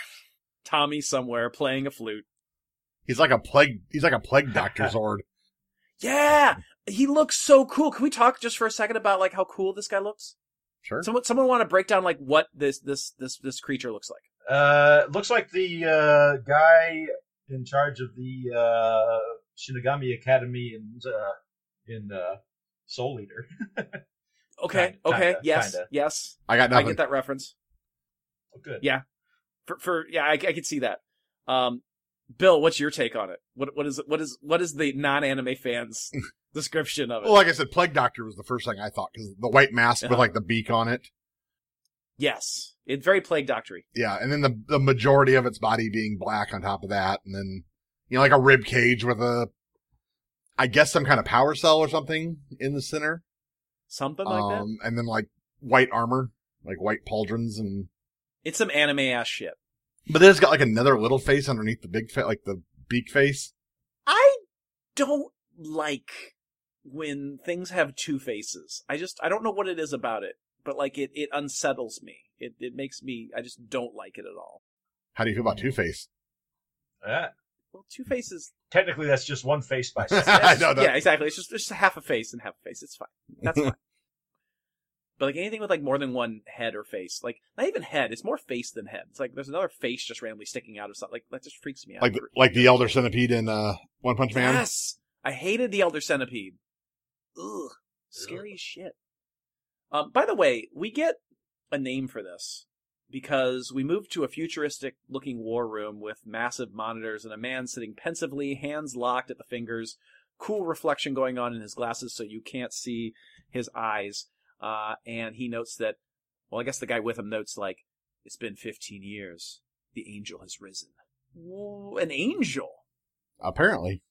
S6: Tommy somewhere playing a flute.
S5: He's like a plague. He's like a plague (laughs) doctor Zord.
S6: Yeah, he looks so cool. Can we talk just for a second about like how cool this guy looks?
S5: Sure.
S6: Someone, someone want to break down like what this this this this creature looks like?
S7: uh, looks like the uh, guy in charge of the uh, Shinigami Academy and uh, in uh, Soul Leader.
S6: Okay,
S7: Kinda,
S6: okay,
S7: kinda,
S6: yes,
S7: kinda.
S6: yes,
S5: I got
S6: I
S5: nothing.
S6: get that reference.
S7: (laughs) Oh, good.
S6: Yeah. For for yeah, I, I could see that. Um, Bill, what's your take on it? What what is what is what is the non anime
S5: (laughs)
S6: fans description of it?
S5: Well, like I said, plague doctor was the first thing I thought because the white mask
S6: Uh-huh.
S5: with like the beak on it.
S6: yes, it's very plague doctory.
S5: Yeah, and then the the majority of its body being black on top of that, and then you know like a rib cage with a, I guess some kind of power cell or something in the center.
S6: something like that.
S5: um, and then like white armor, like white pauldrons, and
S6: It's some anime ass shit.
S5: but then it's got like another little face underneath the big face, like the beak face.
S6: I don't like when things have two faces. I just I don't know what it is about it, but like it it unsettles me. It it makes me I just don't like it at all.
S5: How do you feel about Two Face?
S7: Yeah.
S6: Well, two faces.
S7: Technically, that's just one face by
S5: I know that.
S6: Yeah, exactly. It's just it's just half a face and half a face. It's fine.
S5: (laughs)
S6: That's fine. But like anything with like more than one head or face, like not even head, it's more face than head. It's like there's another face just randomly sticking out of something. Like that just freaks me out.
S5: Like like the Elder Centipede in uh, One Punch Man.
S6: Yes, I hated the Elder Centipede. Ugh, scary as shit. Um, by the way, we get a name for this because we move to a futuristic-looking war room with massive monitors and a man sitting pensively, hands locked at the fingers, cool reflection going on in his glasses, so you can't see his eyes. Uh, and he notes that, well, I guess the guy with him notes like, "It's been 15 years. The angel has risen." Whoa, an angel.
S5: Apparently,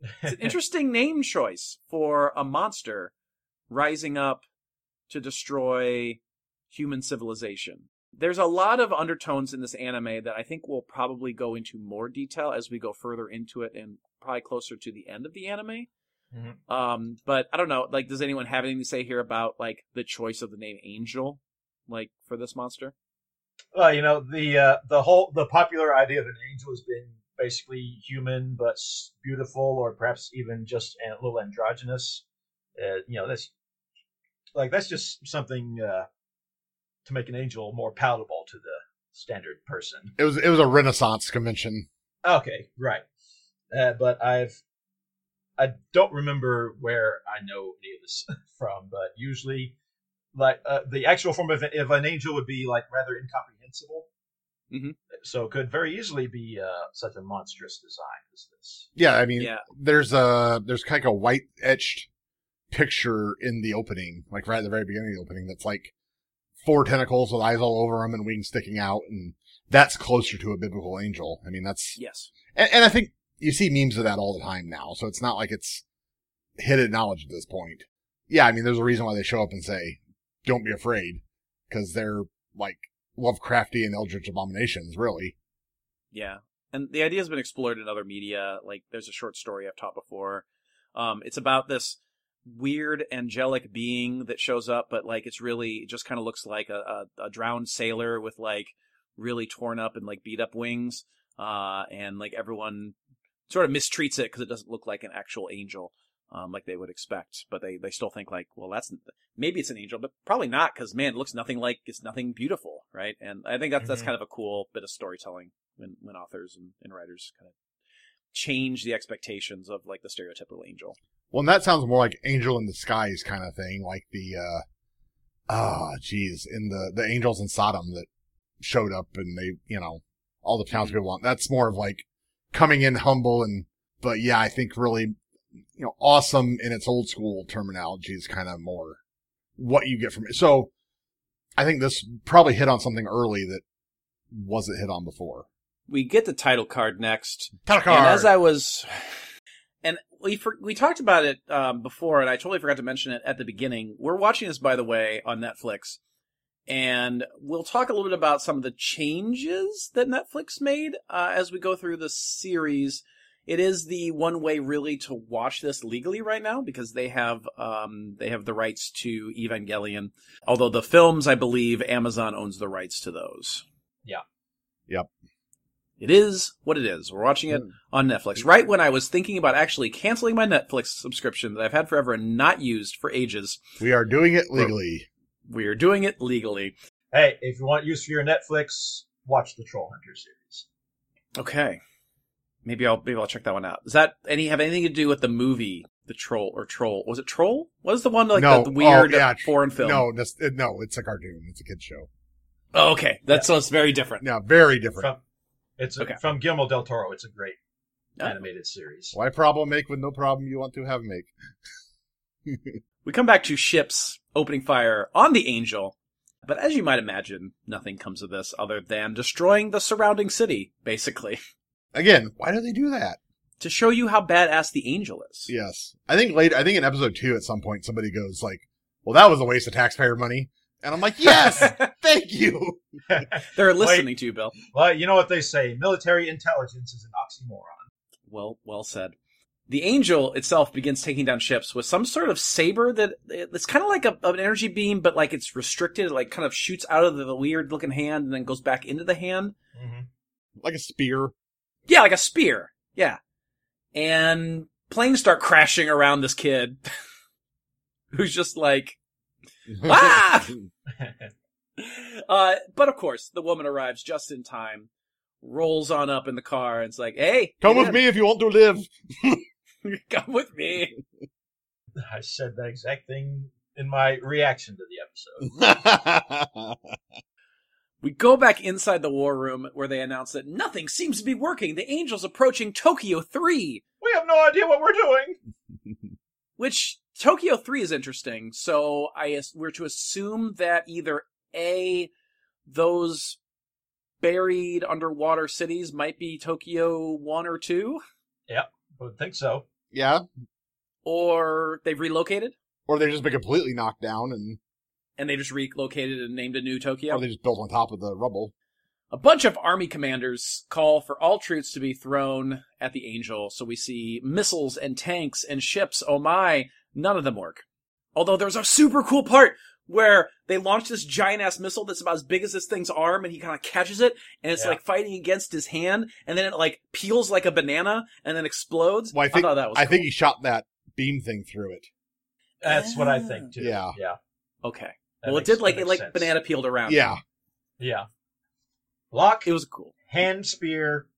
S7: (laughs)
S6: It's an interesting name choice for a monster rising up to destroy human civilization. There's a lot of undertones in this anime that I think we'll probably go into more detail as we go further into it and probably closer to the end of the anime.
S7: Mhm.
S6: Um, but I don't know, like, does anyone have anything to say here about like the choice of the name Angel, like for this monster?
S7: Well, you know the uh, the whole the popular idea of an angel as being basically human but s- beautiful, or perhaps even just a little androgynous. Uh, you know that's like that's just something uh, to make an angel more palatable to the standard person.
S5: it was it was a Renaissance convention.
S7: Okay, right. Uh, but I've I don't remember where I know any of this (laughs) from, but usually, like uh, the actual form of, of an angel would be like rather incomprehensible.
S6: Mhm.
S7: So it could very easily be uh, such a monstrous design as this.
S5: Yeah, I mean,
S6: Yeah.
S5: there's a there's kind of a white etched picture in the opening, like right at the very beginning of the opening. That's like four tentacles with eyes all over them and wings sticking out, and that's closer to a biblical angel. I mean, that's
S6: Yes.
S5: and, and I think you see memes of that all the time now, so it's not like it's hidden knowledge at this point. Yeah, I mean, there's a reason why they show up and say, "Don't be afraid," because they're like Lovecraftian eldritch abominations, really.
S6: Yeah. And the idea has been explored in other media. Like there's a short story I've taught before. Um, it's about this weird angelic being that shows up, but like it's really it just kind of looks like a, a, a drowned sailor with like really torn up and like beat up wings. Uh, and like everyone sort of mistreats it because it doesn't look like an actual angel, um, like they would expect. But they they still think like, well, that's maybe it's an angel, but probably not because man, it looks nothing like it's nothing beautiful, right? And I think that's that's
S7: Mhm.
S6: kind of a cool bit of storytelling when when authors and, and writers kind of change the expectations of like the stereotypical angel.
S5: Well, and that sounds more like Angel in Disguise kind of thing, like the uh ah, geez, in the the angels in Sodom that showed up and they, you know, all the townspeople want. That's more of like coming in humble and, but yeah, I think really, you know, awesome in its old school terminology is kind of more what you get from it. So I think this probably hit on something early that wasn't hit on before.
S6: We get the title card next. And
S5: Tadakar!
S6: as I was, and we for, we talked about it um, before, and I totally forgot to mention it at the beginning. We're watching this, by the way, on Netflix, and we'll talk a little bit about some of the changes that Netflix made uh, as we go through the series. It is the one way really to watch this legally right now because they have um, they have the rights to Evangelion. Although the films, I believe, Amazon owns the rights to those.
S7: Yeah.
S5: Yep.
S6: It is what it is. We're watching it on Netflix. Right when I was thinking about actually canceling my Netflix subscription that I've had forever and not used for ages,
S5: we are doing it legally.
S6: we are doing it legally.
S7: Hey, if you want use for your Netflix, watch the Troll Hunter series.
S6: Okay. Maybe I'll maybe I'll check that one out. Does that any have anything to do with the movie The Troll or Troll? Was it Troll? What is the one like
S5: No.
S6: the, the weird
S5: Oh, yeah.
S6: foreign film?
S5: No, that's, it- no, it's a cartoon. It's a kid's show.
S6: Oh, okay. That's so it's very different.
S5: No, very different.
S7: From it's a-
S6: Okay.
S7: from Guillermo del Toro. It's a great
S6: Oh.
S7: animated series.
S5: Why problem make with no problem you want to have make?
S6: We come back to ships opening fire on the Angel, but as you might imagine, nothing comes of this other than destroying the surrounding city, basically, (laughs)
S5: Again, why do they do that?
S6: to show you how badass the Angel is.
S5: Yes. I think later, I think in episode two at some point, somebody goes like, well, that was a waste of taxpayer money. And I'm like,
S6: (laughs)
S5: yes, thank you.
S6: They're listening to you, Bill.
S7: Well, you know what they say military intelligence is an oxymoron.
S6: Well, well said. The angel itself begins taking down ships with some sort of saber that it's kind of like a, an energy beam, but like it's restricted. It like kind of shoots out of the weird looking hand and then goes back into the hand.
S5: Like a spear.
S6: Yeah, like a spear. Yeah. And planes start crashing around this kid (laughs) who's just (laughs) like, (laughs) Ah!
S7: (laughs)
S6: uh, but of course, the woman arrives just in time, rolls on up in the car, and's like, hey,
S5: Come
S6: yeah,
S5: with me if you want to live. (laughs)
S6: (laughs) Come with me.
S7: I said that exact thing in my reaction to the episode.
S6: We go back inside the war room where they announce that nothing seems to be working. The angel's approaching Tokyo 3,
S7: We have no idea what we're doing.
S6: which Tokyo 3 is interesting. So I as- we're to assume that either A, those buried underwater cities might be Tokyo 1 or 2,
S7: I would think so.
S5: yeah.
S6: or they've relocated
S5: Or they've just been completely knocked down and
S6: and they just relocated and named a new Tokyo.
S5: or they just built on top of the rubble.
S6: A bunch of army commanders call for all troops to be thrown at the Angel, so we see missiles and tanks and ships. Oh my, none of them work. Although there's a super cool part where they launch this giant ass missile that's about as big as this thing's arm and he kind of catches it and it's
S7: Yeah.
S6: like fighting against his hand and then it like peels like a banana and then explodes.
S5: Well, I think-
S6: thought that was
S5: I
S6: cool.
S5: think he shot that beam thing through it.
S7: That's what I think too.
S5: Yeah.
S7: Yeah.
S6: okay.
S7: That
S6: well,
S7: makes-
S6: it did
S7: that
S6: like it
S7: makes
S6: like
S7: sense.
S6: banana peeled around.
S5: Yeah.
S7: Yeah. Lock,
S6: It was cool.
S7: hand, spear,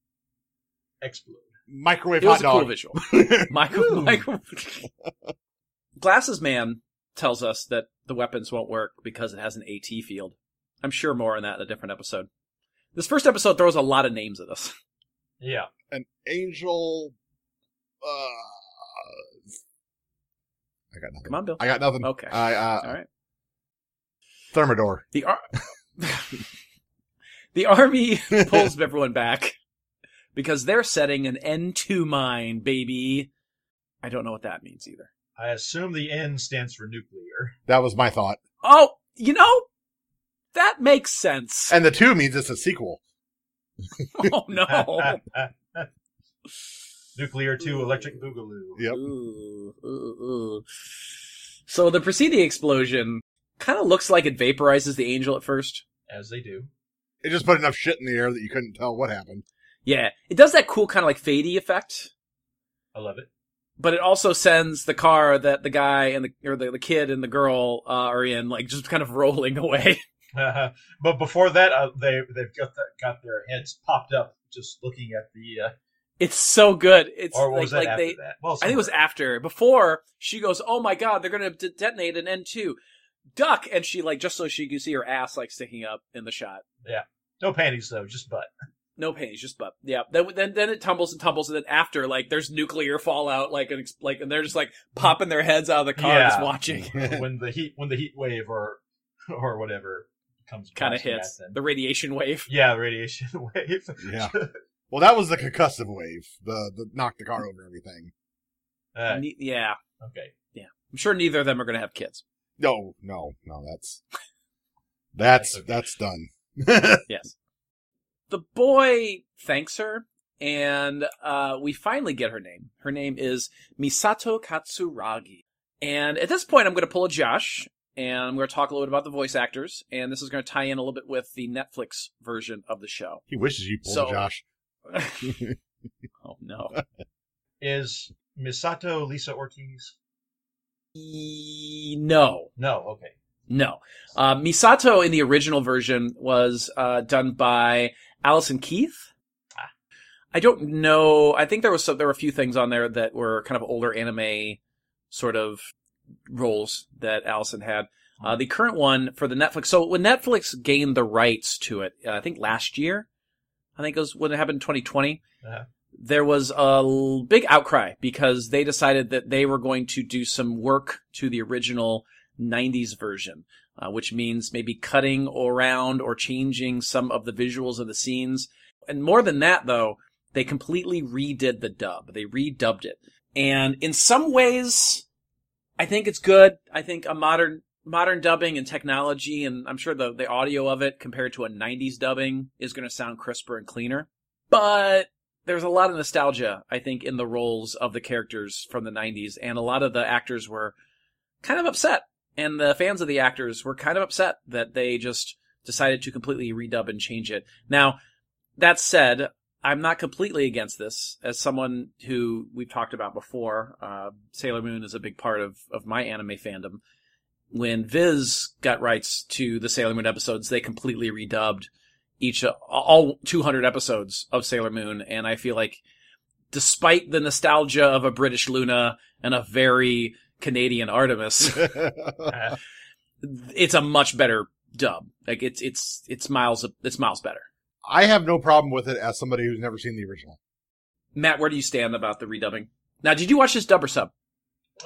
S7: explode.
S5: Microwave
S6: It was
S5: hot
S6: a cool
S5: dog.
S6: visual. Michael, Michael. (laughs) Glasses Man tells us that the weapons won't work because it has an AT field. I'm sure more on that in a different episode. This first episode throws a lot of names at us. (laughs)
S7: Yeah.
S5: An angel. Uh, I got nothing.
S6: Come on, Bill.
S5: I got nothing.
S6: Okay.
S5: I, uh,
S6: All right.
S5: Thermidor.
S6: The ar- (laughs) the army pulls everyone back because they're setting an N2 mine, baby. I don't know what that means either.
S7: I assume the N stands for
S6: (laughs)
S7: nuclear. (laughs)
S5: That was my thought.
S6: Oh, you know, that makes
S5: (laughs)
S6: sense. (laughs)
S5: And the two means it's a sequel.
S6: oh no.
S7: nuclear 2 electric boogaloo.
S5: Yep.
S6: Ooh, ooh, ooh. So the preceding explosion kind of looks like it vaporizes the angel at first.
S7: As they do.
S5: It just put enough shit in the air that you couldn't tell what happened.
S6: Yeah, it does that cool kind of like fadey effect,
S7: I love it. (laughs)
S6: but it also sends the car that the guy and the or the, the kid and the girl uh, are in like just kind of (laughs) rolling away.
S7: but before that, uh, they they've got the, got their heads popped up just looking at the. Uh,
S6: It's so good. It's
S7: or what
S6: like,
S7: was that
S6: like
S7: after
S6: they
S7: that? Well,
S6: I think it was
S7: somewhere.
S6: after. Before she goes, "Oh my god, they're going to de- detonate an N2." Duck and she like just so she can see her ass like sticking up in the shot.
S7: no panties though, just butt.
S6: No panties, just butt. Yeah. Then then then it tumbles and tumbles, and then after like there's nuclear fallout, like and ex- like and they're just like popping their heads out of the car,
S7: Yeah.
S6: just watching.
S7: when the heat when the heat wave or or whatever comes
S6: Kind of
S7: blasting
S6: hits
S7: at them.
S6: the radiation wave.
S7: yeah, the radiation (laughs) wave.
S5: Yeah. Well, that was the concussive wave. The, the knocked the car over and everything.
S7: Uh,
S6: Ne- yeah,
S7: okay.
S6: I'm sure neither of them are gonna have kids.
S5: No, no, no. That's that's that's done.
S6: Yes. The boy thanks her, and uh, we finally get her name. Her name is Misato Katsuragi. And at this point, I'm going to pull a Josh, and I'm going to talk a little bit about the voice actors, and this is going to tie in a little bit with the Netflix version of the show. (laughs)
S5: he wishes you pulled
S6: So-
S5: Josh.
S6: oh no. (laughs)
S7: Is Misato Lisa Ortiz?
S6: E- No,
S7: No. Okay.
S6: no. Uh, Misato in the original version was uh, done by Allison Keith. I don't know. I think there was some, there were a few things on there that were kind of older anime sort of roles that Allison had. Uh, the current one for the Netflix. So when Netflix gained the rights to it, uh, I think last year, I think it was when it happened in 2020.
S7: Uh-huh.
S6: there was a l- big outcry because they decided that they were going to do some work to the original 90s version, uh, which means maybe cutting around or changing some of the visuals of the scenes. And more than that, though, they completely redid the dub. They redubbed it. And in some ways, I think it's good. I think a modern modern dubbing and technology, and I'm sure the, the audio of it compared to a 90s dubbing is going to sound crisper and cleaner. But there's a lot of nostalgia, I think, in the roles of the characters from the 90s, and a lot of the actors were kind of upset, and the fans of the actors were kind of upset that they just decided to completely redub and change it. Now, that said, I'm not completely against this. As someone who we've talked about before, uh, Sailor Moon is a big part of, of my anime fandom. When Viz got rights to the Sailor Moon episodes, they completely redubbed each uh, all 200 episodes of Sailor Moon, and I feel like, despite the nostalgia of a British Luna and a very Canadian Artemis, (laughs) it's a much better dub. Like it's it's it's miles it's miles better.
S5: (laughs) I have no problem with it as somebody who's never seen the original.
S6: Matt, where do you stand about the redubbing? Now, did you watch this dub or sub?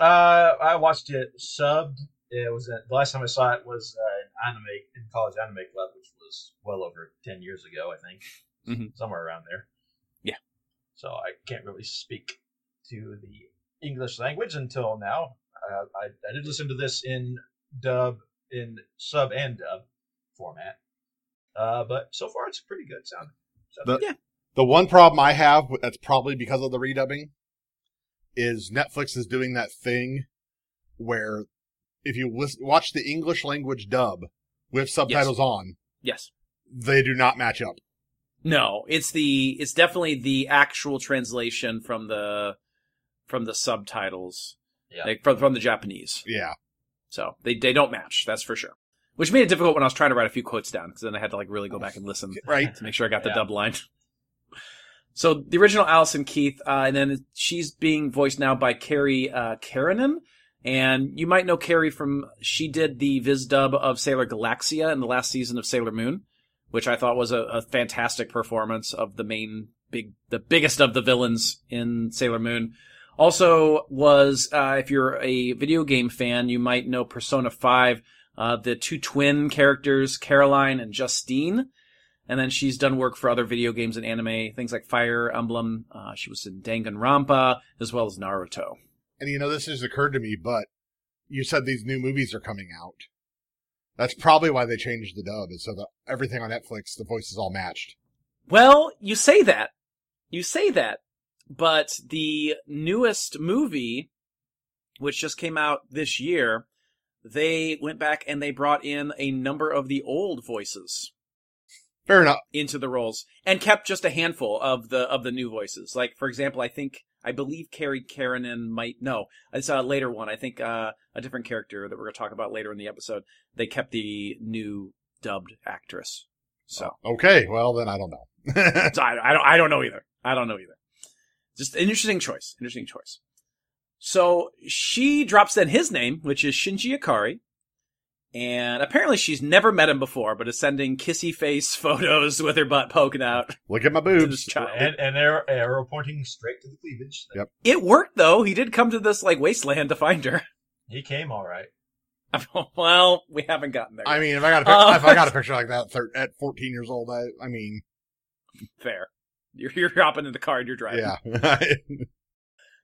S7: Uh, I watched it subbed. It was the last time I saw it was uh, an anime in college anime club, which was well over ten years ago, I think,
S6: Mhm.
S7: somewhere around there.
S6: Yeah.
S7: So I can't really speak to the English language until now. Uh, I, I did listen to this in dub, in sub and dub format, uh, but so far it's pretty good sound.
S5: The-
S6: Yeah.
S5: The one problem I have that's probably because of the redubbing is Netflix is doing that thing where if you listen, watch the English language dub with subtitles on,
S6: Yes.
S5: they do not match up.
S6: No, it's the it's definitely the actual translation from the from the subtitles,
S7: Yeah.
S6: like from from the Japanese.
S5: Yeah.
S6: So they they don't match. That's for sure. Which made it difficult when I was trying to write a few quotes down because then I had to like really go back and listen
S5: Right.
S6: to make sure I got the
S7: Yeah.
S6: dub line. So the original Allison Keith, uh, and then she's being voiced now by Carrie uh, Karenin, and you might know Carrie from she did the Viz dub of Sailor Galaxia in the last season of Sailor Moon, which I thought was a, a fantastic performance of the main big, the biggest of the villains in Sailor Moon. Also was uh, if you're a video game fan, you might know Persona Five, uh, the two twin characters Caroline and Justine. And then she's done work for other video games and anime, things like Fire Emblem. Uh, she was in Danganronpa as well as Naruto.
S5: And you know, this has occurred to me, but you said these new movies are coming out. That's probably why they changed the dub is so that everything on Netflix, the voices all matched.
S6: Well, you say that. You say that. But the newest movie, which just came out this year, they went back and they brought in a number of the old voices
S5: Fair enough.
S6: into the roles and kept just a handful of the of the new voices. Like for example, I think I believe Carrie Karenin might no, it's a later one. I think uh, a different character that we're gonna talk about later in the episode. They kept the new dubbed actress. So
S5: Okay. Well, then I don't know. (laughs)
S6: so I, I don't I don't know either. I don't know either. Just an interesting choice. Interesting choice. So she drops then his name, which is Shinji Ikari. And apparently she's never met him before, but is sending kissy face (laughs) photos with her butt poking out
S5: Look at my
S6: to this
S5: boobs.
S6: child.
S7: and an arrow, arrow pointing straight to the cleavage.
S5: Yep.
S6: It worked though. He did come to this like wasteland to find her. (laughs)
S7: He came all right.
S6: well, we haven't gotten there.
S5: I mean, if I got a pic-
S6: Uh,
S5: if I
S6: (laughs)
S5: got a picture like that thir- at 14 years old, I, I mean,
S6: Fair. You're, you're hopping in the car and you're driving.
S5: yeah. (laughs)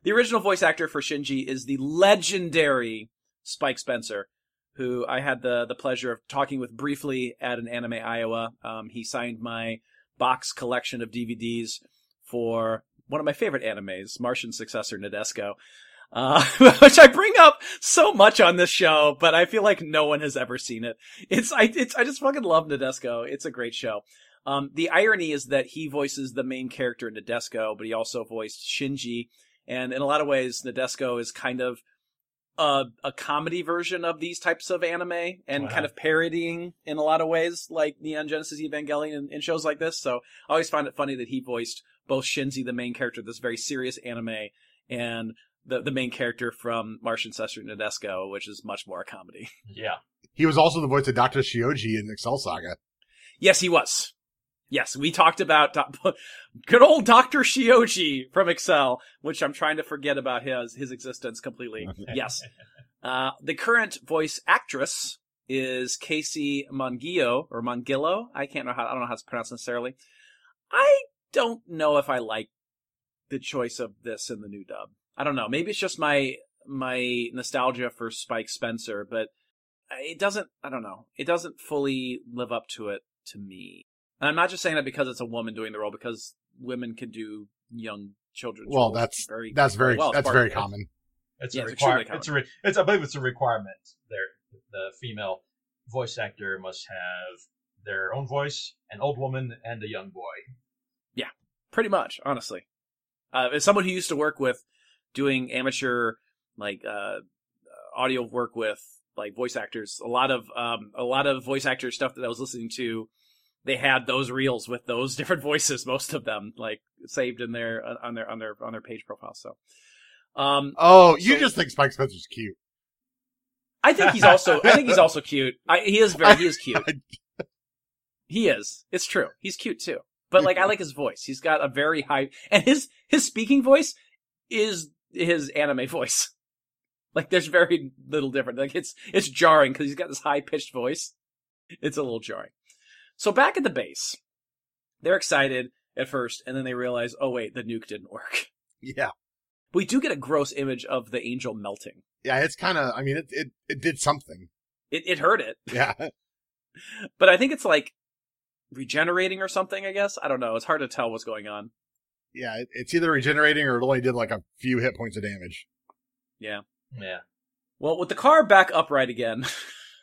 S6: The original voice actor for Shinji is the legendary Spike Spencer, who I had the the pleasure of talking with briefly at an Anime Iowa. Um, he signed my box collection of DVDs for one of my favorite animes, Martian successor Nadesco, uh, (laughs) which I bring up so much on this show, but I feel like no one has ever seen it. It's I it's I just fucking love Nadesco. It's a great show. Um, the irony is that he voices the main character in Nadesco, but he also voiced Shinji. And in a lot of ways, Nadesco is kind of a, a comedy version of these types of anime and
S7: Wow.
S6: kind of parodying in a lot of ways, like Neon Genesis Evangelion and, and shows like this. So I always find it funny that he voiced both Shinji, the main character of this very serious anime, and the, the main character from Martian Sester Nadesco, which is much more a comedy. (laughs)
S7: Yeah.
S5: he was also the voice of Dr. Shioji in Excel Saga.
S6: Yes, he was. Yes, we talked about do- (laughs) good old Doctor Shioji from Excel, which I'm trying to forget about his his existence completely. Yes, uh, the current voice actress is Casey Mongillo or Mongillo. I can't know how I don't know how it's pronounced necessarily. I don't know if I like the choice of this in the new dub. I don't know. Maybe it's just my my nostalgia for Spike Spencer, but it doesn't. I don't know. It doesn't fully live up to it to me. And I'm not just saying that because it's a woman doing the role, because women can do young children's
S5: Well,
S6: roles
S5: that's
S6: very
S5: That's very
S6: well, it's
S5: that's
S6: part
S5: very
S6: of it.
S5: common.
S7: It's
S6: Yeah,
S7: a
S6: it's extremely
S7: requirement. It's a. Re- it's. I believe it's a requirement. There, the female voice actor must have their own voice, an old woman, and a young boy.
S6: pretty much honestly uh, as someone who used to work with doing amateur like uh audio work with like voice actors a lot of um a lot of voice actor stuff that i was listening to they had those reels with those (laughs) different voices most of them like saved in their uh, on their on their on their page profile so um
S5: Oh, you
S6: So-
S5: just think Spike Spencer's cute.
S6: i think he's also i think he's also cute I, he is very he is cute he is it's true he's cute too but like i like his voice he's got a very high and his his speaking voice is his anime voice (laughs) like there's very little different like it's it's jarring because he's got this high pitched voice it's a little jarring so back at the base they're excited at first and then they realize oh wait the nuke didn't work (laughs)
S5: Yeah.
S6: we do get a gross image of the angel melting
S5: Yeah, it's kind of I mean it, it it did something. (laughs)
S6: it, it hurt it
S5: Yeah.
S6: but I think it's like regenerating or something. I guess I don't know. It's hard to tell what's going on.
S5: Yeah, it, it's either regenerating or it only did like a few hit points of damage.
S6: Hmm.
S7: Yeah.
S6: Well, with the car back upright again,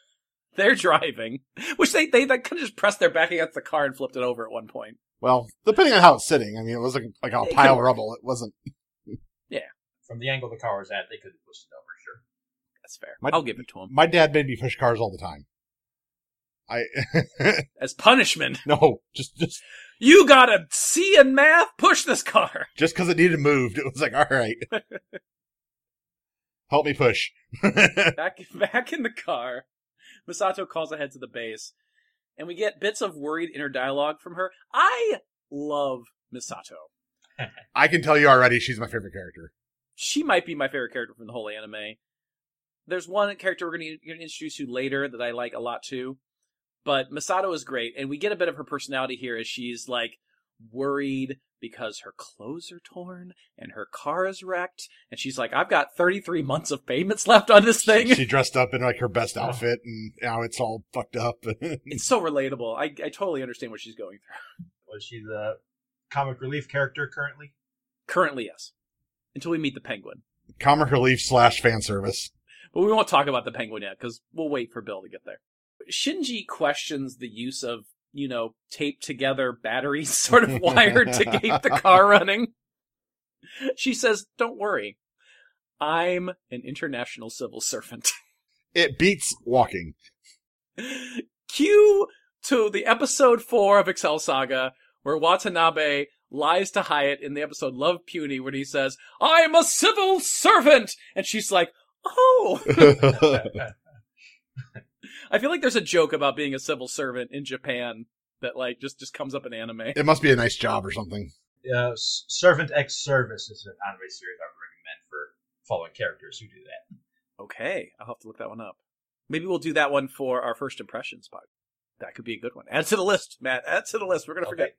S6: (laughs) they're driving, which they they like, kind of just pressed their back against the car and flipped it over at one point.
S5: Well, depending on how it's sitting, I mean, it was like, like a
S6: It
S5: pile of
S6: could've-
S5: rubble. It wasn't.
S7: From the angle the car was at, they could have pushed it over. Sure.
S6: That's fair.
S5: My-
S6: I'll give it
S5: (laughs)
S6: to him
S5: My dad made me push cars all the time. I (laughs)
S6: as punishment.
S5: no, just just
S6: You got a C in math. Push this car. (laughs)
S5: just because it needed moved, it was like, all right, help me push.
S6: back back in the car, Misato calls ahead to the base, and we get bits of worried inner dialogue from her. I love Misato.
S5: I can tell you already, she's my favorite character.
S6: she might be my favorite character from the whole anime. There's one character we're going to introduce you later that I like a lot too, but Masato is great, and we get a bit of her personality here as she's like worried because her clothes are torn and her car is wrecked, and she's like, "I've got 33 months of payments left on
S5: (laughs)
S6: this thing." Oh.
S5: She dressed up in like her best outfit, and now it's all fucked up. (laughs)
S6: It's so relatable. I I totally understand what she's going through.
S7: Was she the comic relief character currently?
S6: Currently, yes, until we meet the Penguin,
S5: Comic relief slash fan service.
S6: but we won't talk about the Penguin yet because we'll wait for Bill to get there. Shinji questions the use of, you know, taped together batteries (laughs) sort of wired to keep the car running. She says, Don't worry. I'm an international civil servant. (laughs)
S5: It beats walking.
S6: Cue to the episode four of Excel Saga, where Watanabe lies to Hyatt in the episode Love Puny, when he says, I'm a civil servant! And she's like, Oh!
S7: Uh,
S6: I feel like there's a joke about being a civil servant in Japan that like just just comes up in anime.
S5: It must be a nice job or something.
S7: uh, S- Servant X Service is an anime series I would recommend for following characters who do that.
S6: Okay, I'll have to look that one up. Maybe we'll do that one for our first impressions pod. That could be a good one. Add to the list, Matt. Add to the list. We're gonna forget.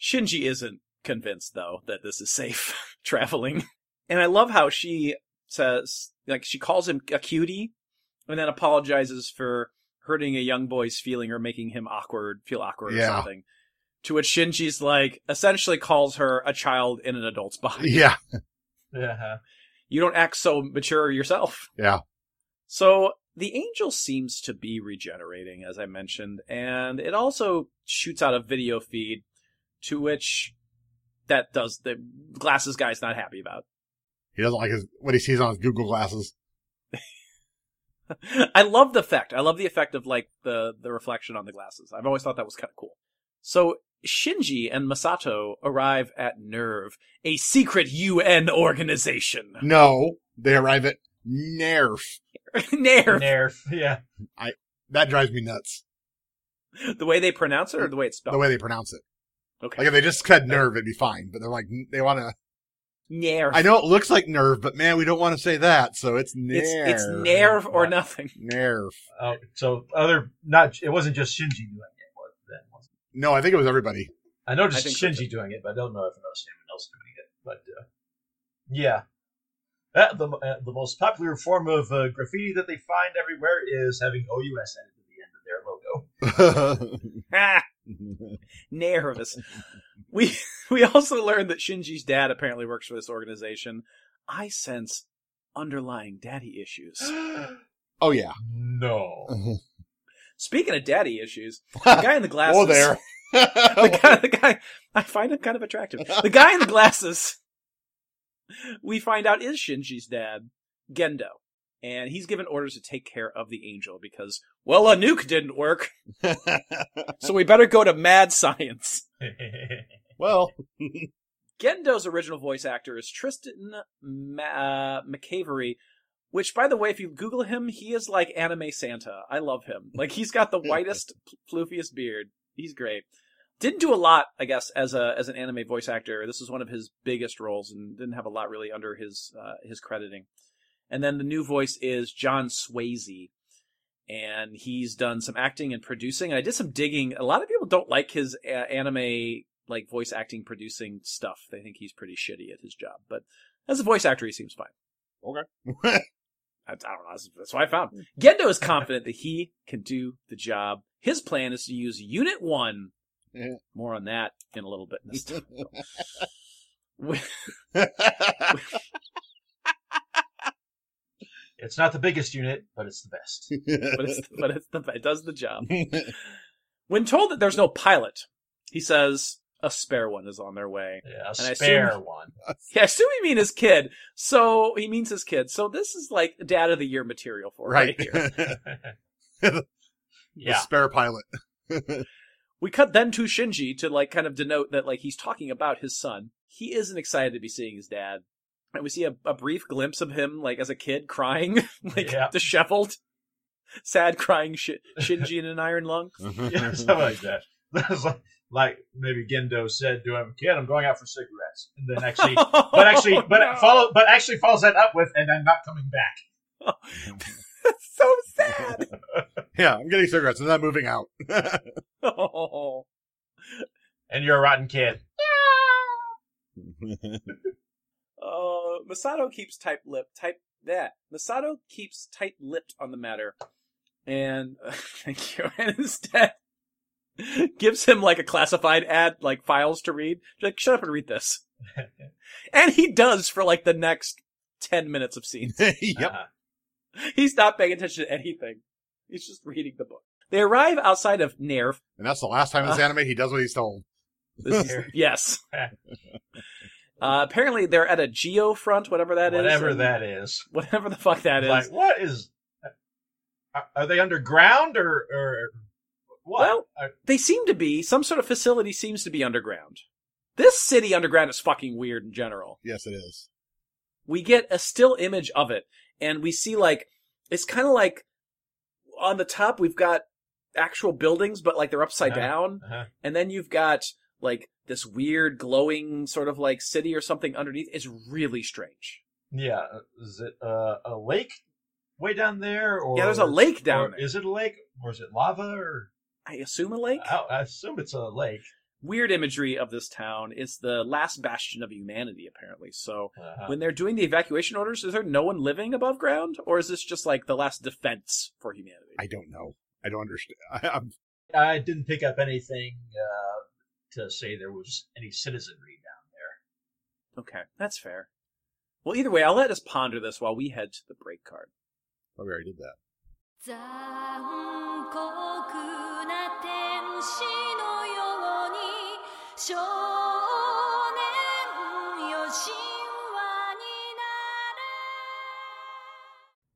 S6: Shinji isn't convinced though that this is safe (laughs) traveling, and I love how she says like she calls him a cutie, and then apologizes for hurting a young boy's feeling or making him awkward, feel awkward or
S5: Yeah.
S6: something. To which Shinji's like essentially calls her a child in an adult's body.
S5: Yeah,
S7: Uh-huh.
S6: You don't act so mature yourself. (laughs)
S5: Yeah.
S6: So the angel seems to be regenerating, as I mentioned, and it also shoots out a video feed to which that does the glasses guy's not happy about. (laughs)
S5: he doesn't like his what he sees on his Google glasses.
S6: I love the effect. I love the effect of like the the reflection on the glasses. I've always thought that was kind of cool. So Shinji and Masato arrive at Nerve, a secret UN organization. (laughs)
S5: No, they arrive at Nerf.
S6: Nerve.
S7: Nerf. Yeah.
S5: That drives me nuts.
S6: The way they pronounce it or the way it's spelled.
S5: The way they pronounce it.
S6: Oh. okay.
S5: Like if they just said nerve, it'd be fine. But they're like they want to.
S6: Nerve.
S5: I know it looks like nerve, but man, we don't want to say that. So it's nerve.
S6: It's it's nerve or
S7: Right.
S6: nothing. (laughs)
S5: Nerf.
S7: Oh, so other not it wasn't just Shinji doing it. Was it then? Was it?
S5: No, I think it was everybody. (laughs)
S7: I
S6: I
S7: noticed
S6: think so,
S7: Shinji doing it, but I don't know if I noticed anyone else doing it. But uh, yeah, Uh, the, uh, the most popular form of uh, graffiti that they find everywhere is having OUS added to the end of their logo.
S6: Ah, nervous. We (laughs) we also learned that Shinji's dad apparently works for this organization. I sense underlying daddy
S7: (gasps)
S6: issues.
S5: oh yeah.
S7: No. (laughs)
S6: Speaking of daddy issues, the guy in the glasses.
S5: Oh there.
S6: (laughs)
S5: (laughs)
S6: the guy, the guy, I find him kind of attractive. The guy in the glasses, (laughs) we find out is Shinji's dad, Gendo. And he's given orders to take care of the angel because, well, a nuke didn't work, so we better go to mad science.
S5: well,
S6: Gendo's original voice actor is Tristan Ma- uh, McCavery, which, by the way, if you Google him, he is like anime Santa. I love him. Like, he's got the whitest, pl- floofiest beard. He's great. Didn't do a lot, I guess, as a as an anime voice actor. This was one of his biggest roles, and didn't have a lot really under his uh, his crediting. And then the new voice is John Swayze, and he's done some acting and producing. And I did some digging. A lot of people don't like his uh, anime like voice acting producing stuff. They think he's pretty shitty at his job, but as a voice actor, he seems fine.
S5: (laughs) Okay.
S6: I, I don't know. That's, that's what I found. Gendo is confident that he can do the job. His plan is to use Unit One.
S5: Yeah.
S6: More on that in a little bit. This time.
S5: (laughs)
S6: We-
S7: It's not the biggest unit, but it's the
S6: (laughs)
S7: best.
S6: but it's but it's the it does the job. When told that there's no pilot, he says a spare one is on their way.
S7: Yeah, a
S6: I assume-
S7: spare one.
S6: Yeah, I assume he mean his kid. So he means his kid. So this is like dad of the year material for (laughs) right,
S5: right.
S6: (laughs)
S5: (laughs)
S6: here.
S5: The
S6: (laughs)
S7: yeah. (laughs)
S5: spare pilot.
S6: We cut then to Shinji to like kind of denote that like he's talking about his son. He isn't excited to be seeing his dad. And we see a, a brief glimpse of him like as a kid crying, (laughs) like
S7: Yeah.
S6: disheveled, sad
S7: (laughs)
S6: crying Shi Shinji in an iron lung.
S7: yeah, something like that. (laughs) That's like, like maybe Gendo said to him, "Kid, I'm going out for cigarettes," and then
S6: (laughs)
S7: actually, but actually, but
S6: Oh, no.
S7: follow, but actually follows that up with, "And I'm not coming back."
S6: That's so sad. (laughs)
S5: yeah, I'm getting cigarettes and then I'm moving out. (laughs)
S6: oh.
S7: And you're a rotten kid.
S6: Uh, Masato keeps tight lip type that. Masato keeps tight lipped on the matter, and (laughs) thank you. And instead, (laughs) gives him like a classified ad, like files to read. She's like, shut up and read this.
S7: (laughs)
S6: and he does for like the next ten minutes of scene. (laughs)
S5: yep.
S7: Uh-huh.
S6: He's not paying attention to anything. He's just reading the book. They arrive outside of Nerf.
S5: And that's the last time in
S6: Uh.
S5: this anime he does what he's told.
S6: This is,
S7: (laughs)
S6: yes. Uh, apparently they're at a geo front, whatever that is.
S7: Whatever
S6: and-
S7: that is.
S6: Whatever the fuck that is.
S7: Like, what is? Are, are they underground or or what?
S6: Well-
S7: Are-
S6: they seem to be some sort of facility seems to be underground. This city underground is fucking weird in general.
S5: Yes, it is.
S6: We get a still image of it and we see like it's kind of like on the top we've got actual buildings but like they're upside
S7: Uh-huh.
S6: down
S7: uh-huh.
S6: and then you've got like this weird glowing sort of like city or something underneath. It's really strange.
S7: Yeah, is it uh, a lake way down there? Or
S6: yeah, there's a lake down
S7: or
S6: there.
S7: Is it a lake or is it lava? Or
S6: I assume a lake.
S7: I, I assume it's a lake.
S6: Weird imagery of this town. It's the last bastion of humanity apparently. So
S7: Uh-huh.
S6: when they're doing the evacuation orders, is there no one living above ground, or is this just like the last defense for humanity?
S5: I don't know. I don't understand. (laughs) I, I'm,
S7: I didn't pick up anything uh, to say there was any citizenry down
S6: Okay, that's fair. Well, either way, I'll let us ponder this while we head to the break card.
S5: oh, we already did that.
S3: 残酷な天使のように少年よ神話になれ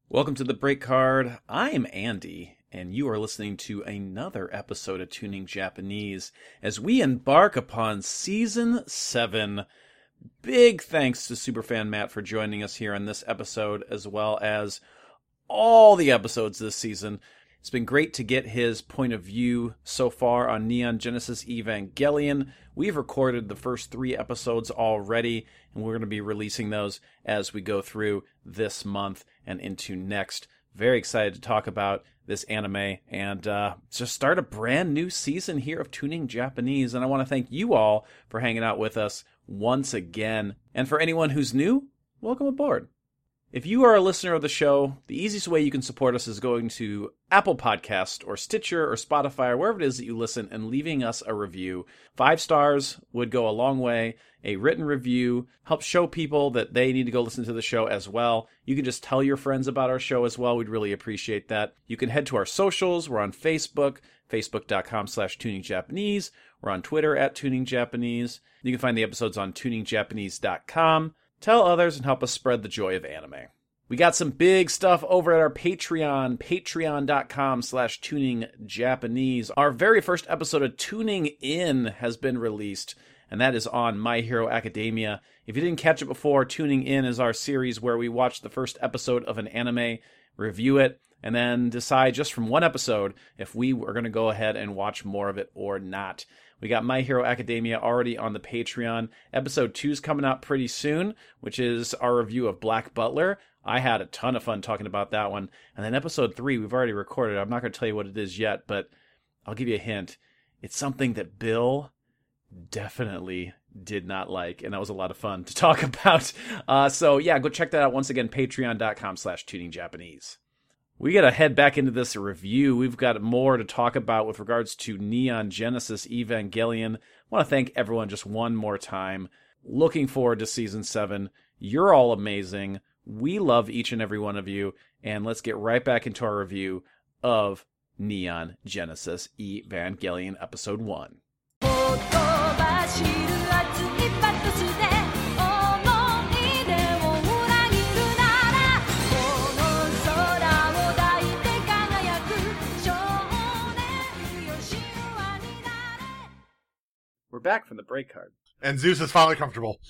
S6: Welcome to the break card. I'm Andy, and you are listening to another episode of Tuning Japanese as we embark upon season seven. Big thanks to Superfan Matt for joining us here on this episode, as well as all the episodes this season. It's been great to get his point of view so far on Neon Genesis Evangelion. We've recorded the first three episodes already, and we're going to be releasing those as we go through this month and into next. Very excited to talk about this anime and uh, just start a brand new season here of Tuning Japanese. And I want to thank you all for hanging out with us once again. And for anyone who's new, welcome aboard. If you are a listener of the show, the easiest way you can support us is going to Apple Podcast or Stitcher or Spotify or wherever it is that you listen and leaving us a review. Five stars would go a long way. A written review helps show people that they need to go listen to the show as well. You can just tell your friends about our show as well. We'd really appreciate that. You can head to our socials. We're on Facebook, facebook.com slash tuningjapanese. We're on Twitter at tuningjapanese. You can find the episodes on tuningjapanese.com. Tell others and help us spread the joy of anime. We got some big stuff over at our Patreon, patreon.com slash tuning Japanese. Our very first episode of Tuning In has been released, and that is on My Hero Academia. If you didn't catch it before, Tuning In is our series where we watch the first episode of an anime, review it, and then decide just from one episode if we are going to go ahead and watch more of it or not. We got My Hero Academia already on the Patreon. Episode 2 is coming out pretty soon, which is our review of Black Butler. I had a ton of fun talking about that one. And then episode 3, we've already recorded. I'm not going to tell you what it is yet, but I'll give you a hint. It's something that Bill definitely did not like and that was a lot of fun to (laughs) talk about uh, so yeah go check that out once again patreon.com slash tuning japanese we got to head back into this review. We've got more to talk about with regards to Neon Genesis Evangelion. I want to thank everyone just one more time. Looking forward to season seven. You're all amazing. We love each and every one of you. And let's get right back into our review of Neon Genesis Evangelion Episode 1.
S3: ほとばしる熱いパトスで思い出を裏切るならこの空を抱いて輝く少年よしわになれ
S6: We're back from the break card.
S5: And Zeus is finally comfortable.
S6: (laughs)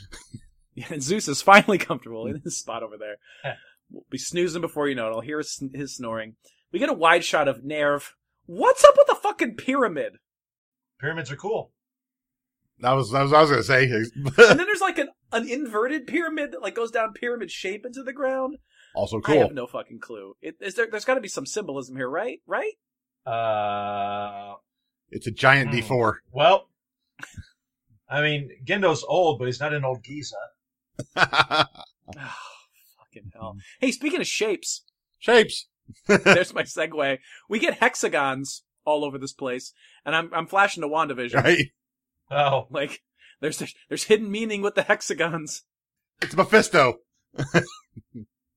S6: Yeah, Zeus is finally comfortable in his spot over there. we'll be snoozing before you know it. I'll hear his, his snoring. We get a wide shot of Nerv. What's up with the
S5: (laughs)
S6: fucking pyramid?
S7: Pyramids are cool.
S5: That was that was what I was gonna say.
S6: and then there's like an, an inverted pyramid that like goes down pyramid shape into the ground.
S5: (laughs) also
S6: I
S5: cool.
S6: have no fucking clue. It, is there? There's got to be some symbolism here, right? Right?
S7: Uh,
S5: It's a giant
S7: Hmm.
S5: D4. (laughs)
S7: well, I mean, Gendo's old, but he's not in old Giza.
S6: Ah, fucking hell. Hey, speaking
S5: (laughs)
S6: of shapes,
S5: Shapes.
S6: there's my segue. We get hexagons all over this place, and I'm I'm flashing to Wandavision.
S5: Right?
S7: Oh,
S6: Like there's there's hidden meaning with the hexagons.
S5: It's Mephisto.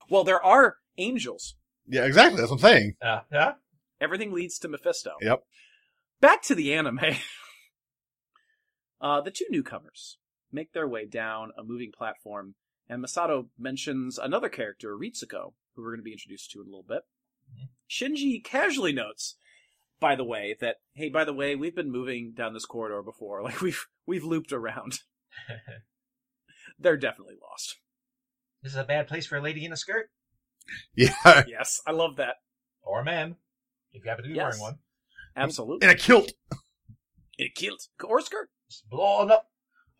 S6: Well, there are angels.
S5: Yeah, exactly. That's what I'm saying. (laughs)
S7: uh, yeah.
S6: Everything leads to Mephisto.
S5: Yep.
S6: back to the anime. (laughs) uh, the two newcomers make their way down a moving platform, and Masato mentions another character, Ritsuko, who we're going to be introduced to in a little bit. Shinji casually notes, by the way, that hey, by the way, we've been moving down this corridor before. (laughs) Like we've we've looped around. They're definitely lost.
S7: This is a bad place for a lady in a skirt
S5: Yeah.
S6: Yes, I love that.
S7: or a man, if you happen to be
S6: Yes.
S7: wearing one.
S6: Absolutely.
S5: In a kilt.
S6: In a kilt or skirt.
S7: It's blown up.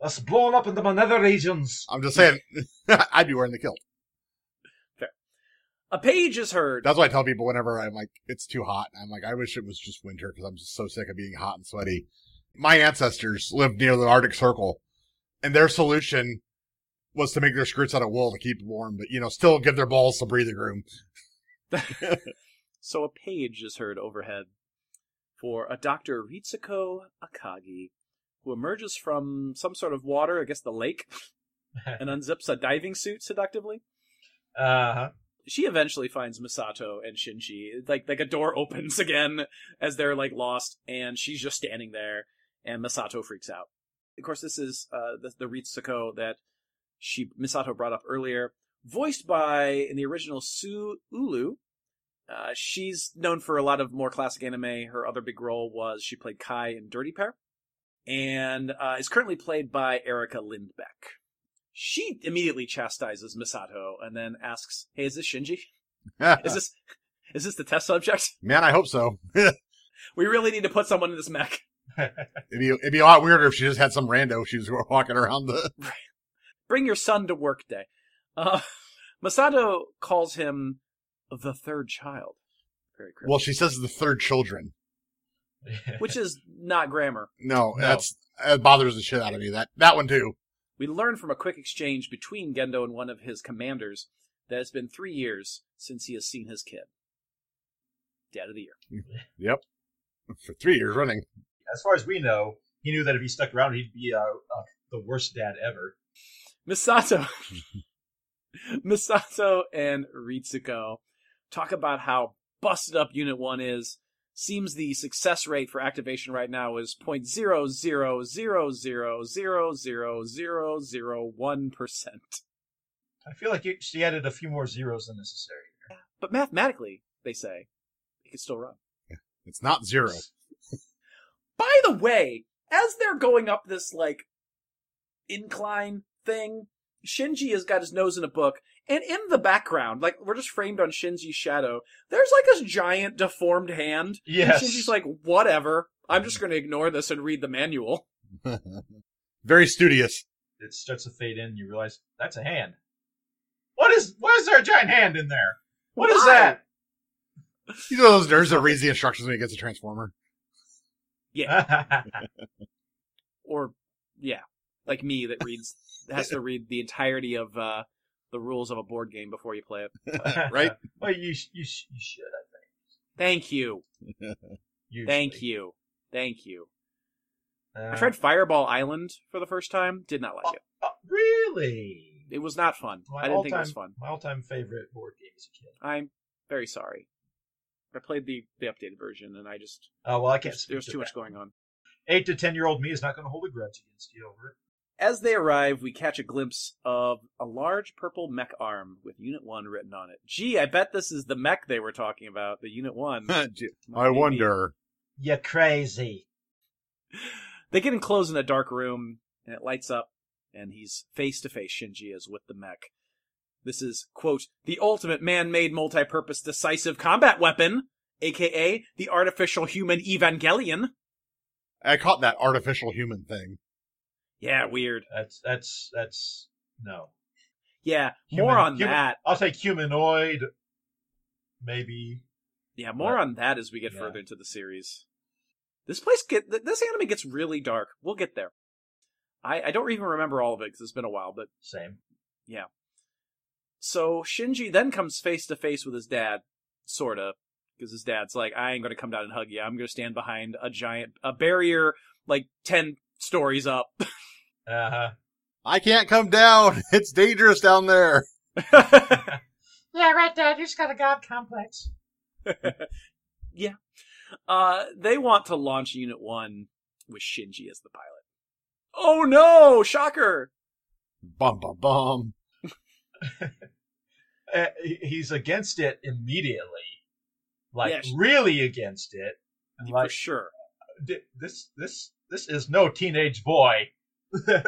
S7: Us blown up into my nether regions.
S5: I'm just saying (laughs) I'd be wearing the kilt.
S6: A page is heard.
S5: That's why I tell people whenever I'm like, it's too hot. I'm like, I wish it was just winter because I'm just so sick of being hot and sweaty. My ancestors lived near the Arctic Circle, and their solution was to make their skirts out of wool to keep warm, but you know, still give their balls some breathing room. (laughs)
S6: So a page is heard overhead for a Dr. Ritsuko Akagi, who emerges from some sort of water, I guess the lake, and unzips a diving suit seductively.
S7: Uh
S6: Uh-huh.
S7: huh.
S6: She eventually finds Misato and Shinji. Like like a door (laughs) opens again as they're like lost, and she's just standing there, and Misato freaks out. Of course, this is uh, the, the Ritsuko that she Misato brought up earlier, voiced by in the original Sue Ulu. Uh, she's known for a lot of more classic anime. Her other big role was she played Kai in Dirty Pair, and uh, is currently played by Erica Lindbeck. She immediately chastises Misato and then asks, "Hey, is this Shinji? Is this is this the test subject? (laughs)
S5: Man, I hope so. (laughs) it'd
S6: We really need to put someone in this mech."
S5: be it'd be a lot weirder if she just had some rando she was walking around the
S6: bring your son to work day. Uh, (laughs) Masato calls him the third child. Very cryptic.
S5: Well, she says the third children.
S6: which is not grammar.
S5: No,
S7: No.
S5: that's that bothers the shit out of me. That that one too. (laughs)
S6: We learn from a quick exchange between Gendo and one of his commanders that it's been three years since he has seen his kid. Dad of the year.
S5: Yep. For three years running.
S7: (laughs) As far as we know, he knew that if he stuck around, he'd be uh, uh, the worst dad ever.
S6: Misato. Misato and Ritsuko talk about how busted up Unit 1 is. Seems the success rate for activation right now is 0.0000000001%.
S7: I feel like you, she added a few more zeros than necessary.
S6: But mathematically, they say, it could still run.
S5: It's not zero.
S6: By the way, as they're going up this like incline thing, Shinji has got his nose in a book, and in the background, like we're just framed on Shinji's shadow, there's like this giant deformed hand.
S7: Yes.
S6: And Shinji's like, whatever. I'm just gonna ignore this and read the manual.
S5: Very studious.
S7: It starts to fade in. You realize that's a hand. What is? Why is there a giant hand in there? What is
S6: Why?
S7: that?
S5: You know those nerds that reads the instructions when he gets a transformer.
S6: (laughs) Or yeah. Like me that
S7: (laughs)
S6: reads has to read the entirety of uh the rules of a board game before you play it.
S5: Right?
S7: (laughs) Well, you sh- you sh- you should. I think.
S6: Thank you.
S7: Usually.
S6: Thank you. Thank you.
S7: Uh,
S6: I tried Fireball Island for the first time. Did not like it.
S7: uh, really.
S6: It was not fun.
S7: My
S6: I didn't think it
S7: all-time-
S6: was fun.
S7: My all-time favorite board game as a kid.
S6: I'm very sorry. I played the, the updated version and I just
S7: Oh well, I can't.
S6: there's, there's
S7: speak to
S6: too much
S7: that.
S6: going on.
S7: Eight to ten-year-old me is not going to hold a grudge against you over it.
S6: As they arrive, we catch a glimpse of a large purple mech arm with Unit 1 written on it. Gee, I bet this is the mech they were talking about, the Unit 1.
S5: (laughs) I wonder.
S7: You're crazy.
S6: They get enclosed in a dark room, and it lights up, and he's face to face. Shinji is with the mech. This is, quote, the ultimate man made multi purpose decisive combat weapon, aka the artificial human Evangelion.
S5: I caught that artificial human thing.
S6: Yeah, weird.
S7: That's that's that's no.
S6: Yeah,
S7: Human-
S6: more on
S7: human-
S6: that.
S7: I'll take humanoid. Maybe
S6: Yeah, more
S7: But-
S6: on that as we get
S7: yeah.
S6: further into the series. This place get th- this anime gets really dark. We'll get there. I, I don't even remember all of it because it's been a while. But
S7: same.
S6: so Shinji then comes face to face with his dad, sorta, because his dad's like, "I ain't gonna come down and hug you. I'm gonna stand behind a giant a barrier like ten stories up." (laughs)
S7: Uh huh.
S5: I can't come down. (laughs) It's dangerous down there.
S7: Yeah, right, Dad. You just got a god complex.
S6: uh, they want to launch Unit One with Shinji as the pilot. Oh no! Shocker!
S5: (laughs) Bum bum bum.
S7: Uh, he- he's against it immediately, like
S6: Yes.
S7: really against it. And
S6: For
S7: like
S6: sure.
S7: "D- this, this, this is no teenage boy (laughs) that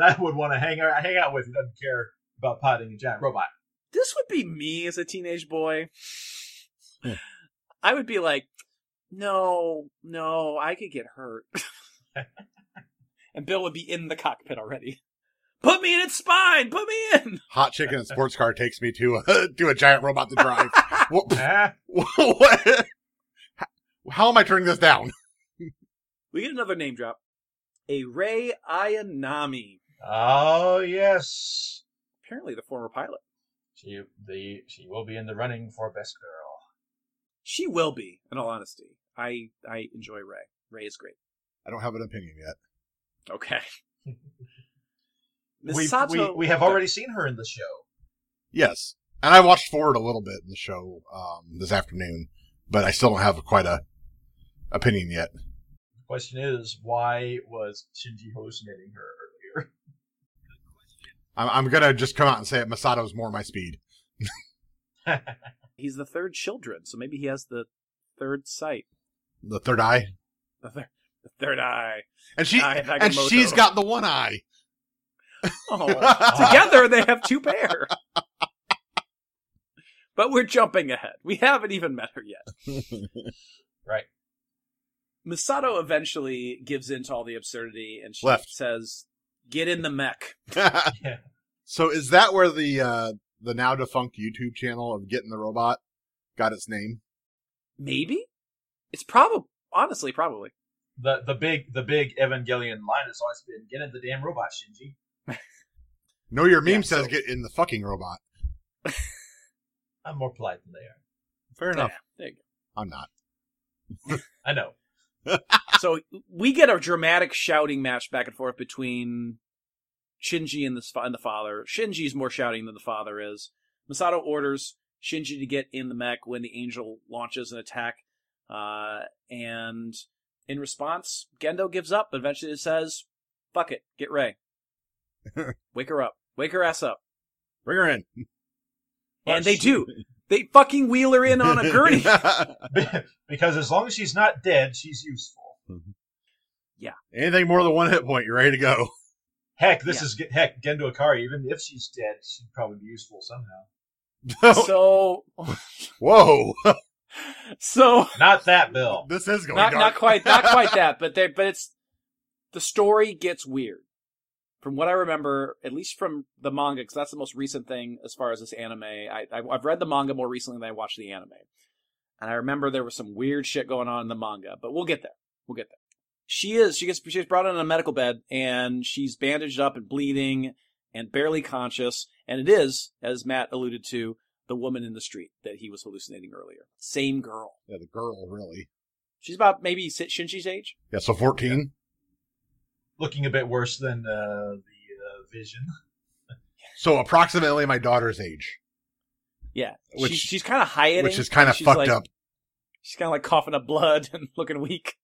S7: I would want to hang out hang out with. Who doesn't care about potting a giant robot.
S6: this would be me as a teenage boy. I would be like, no, no, I could get
S7: (laughs)
S6: hurt. and Bill would be in the cockpit already. Put me in its spine! Put me in! (laughs)
S5: Hot chicken and sports car takes me to a, (laughs) to a giant robot to drive. what,
S7: Ah,
S5: (laughs) what? How am I turning this down?
S6: We get another name drop. A Ray Ayanami.
S7: (laughs) oh yes,
S6: Apparently the former pilot.
S7: she the she will be in the running for best girl.
S6: She will be, in all honesty. I I enjoy Ray. Ray is great.
S5: I don't have an opinion yet.
S6: Okay.
S7: (laughs) We, we
S6: Misato-
S7: we have already seen her in the show.
S5: Yes. And I watched forward a little bit in the show um, this afternoon, but I still don't have quite a opinion yet.
S7: Question is, why was Shinji hallucinating her earlier?
S5: I'm, I'm gonna just come out and say it. Masato's more my speed.
S6: He's the third children, so maybe he has the third sight.
S5: The third eye,
S6: The, thir- the third eye.
S5: and she
S6: Eye of
S5: and
S6: Agamotto.
S5: she's got the one eye. (laughs)
S6: Oh, together they have two pair. but we're jumping ahead. We haven't even met her yet.
S7: Right.
S6: Misato eventually gives in to all the absurdity and she
S5: Left.
S6: says, "Get in the mech."
S7: Yeah.
S5: So is that where the uh, the now defunct YouTube channel of Getting the Robot got its name?
S6: Maybe it's probably honestly probably.
S7: (laughs) The the big the big Evangelion line has always been get in the damn robot, Shinji.
S5: No, your meme
S6: Yeah,
S5: says
S6: so-
S5: get in the fucking robot.
S7: I'm more polite than they are.
S5: Fair enough.
S6: There you go.
S5: I'm not.
S7: I know.
S6: So we get a dramatic shouting match back and forth between Shinji and the, s- and the father. Shinji's more shouting than the father is. Masato orders Shinji to get in the mech when the angel launches an attack. Uh, and in response, Gendo gives up, but eventually says, fuck it, get Ray. Wake her up. Wake her ass up.
S5: Bring her in.
S6: And they do. They fucking wheel her
S5: (laughs)
S6: in on a gurney.
S7: (laughs) because as long as she's not dead, she's useful.
S5: Anything more than one hit point, you're ready to go.
S7: Heck, this
S6: Yeah.
S7: is is heck Gendo Akari. Even if she's dead, she'd probably be useful somehow.
S6: so,
S5: Whoa. (laughs)
S6: so
S7: Not that Bill.
S5: this is going
S6: not
S5: dark.
S6: not
S5: (laughs)
S6: quite not quite that, but they but it's the story gets weird. From what I remember, at least from the manga, because that's the most recent thing as far as this anime. I, I I've read the manga more recently than I watched the anime, and I remember there was some weird shit going on in the manga. But we'll get there. We'll get there. She is she gets she's brought in on a medical bed and she's bandaged up and bleeding and barely conscious. And it is, as Matt alluded to, the woman in the street that he was hallucinating earlier. Same girl.
S5: Yeah, the girl, really.
S6: She's about maybe Sin- Shinji's age.
S5: Yeah, so 14.
S7: Looking a bit worse than uh, the uh, Vision.
S5: So approximately my daughter's age,
S6: Yeah,
S5: Which-
S6: she's, she's kind of hiding,
S5: which is kind of
S6: She's
S5: fucked
S6: like-
S5: up.
S6: She's kind of like coughing up blood (laughs) and looking weak.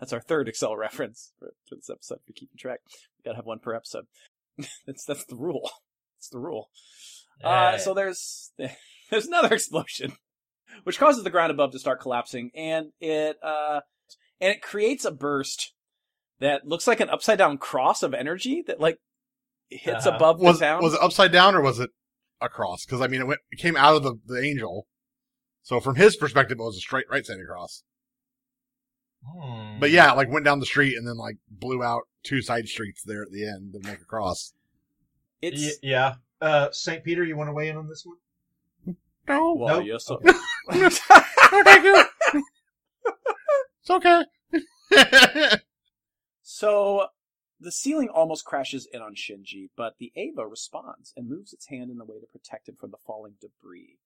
S6: That's our third Excel reference for, for this episode. We're keeping track. We gotta have one per episode. (laughs) that's that's the rule. That's the rule. Uh,
S7: Yeah.
S6: so there's (laughs) there's another explosion, which causes the ground above to start collapsing, and it uh, and it creates a burst that looks like an upside down cross of energy that like hits
S7: Uh-huh.
S6: above
S5: Was,
S6: the town.
S5: was it upside down or was it across? Because, I mean, it, went, it came out of the, the angel. So from his perspective, it was a straight right side across.
S7: Hmm.
S5: But yeah, it, like went down the street and then like blew out two side streets there at the end to make a cross.
S6: it's
S7: Y- yeah. Uh, St. Peter, you want to weigh in on this one?
S5: No,
S6: well,
S7: Nope.
S6: yes, so-
S5: no, thank you. it's okay. (laughs)
S6: So the ceiling almost crashes in on Shinji, but the Ava responds and moves its hand in the way to protect him from the falling debris.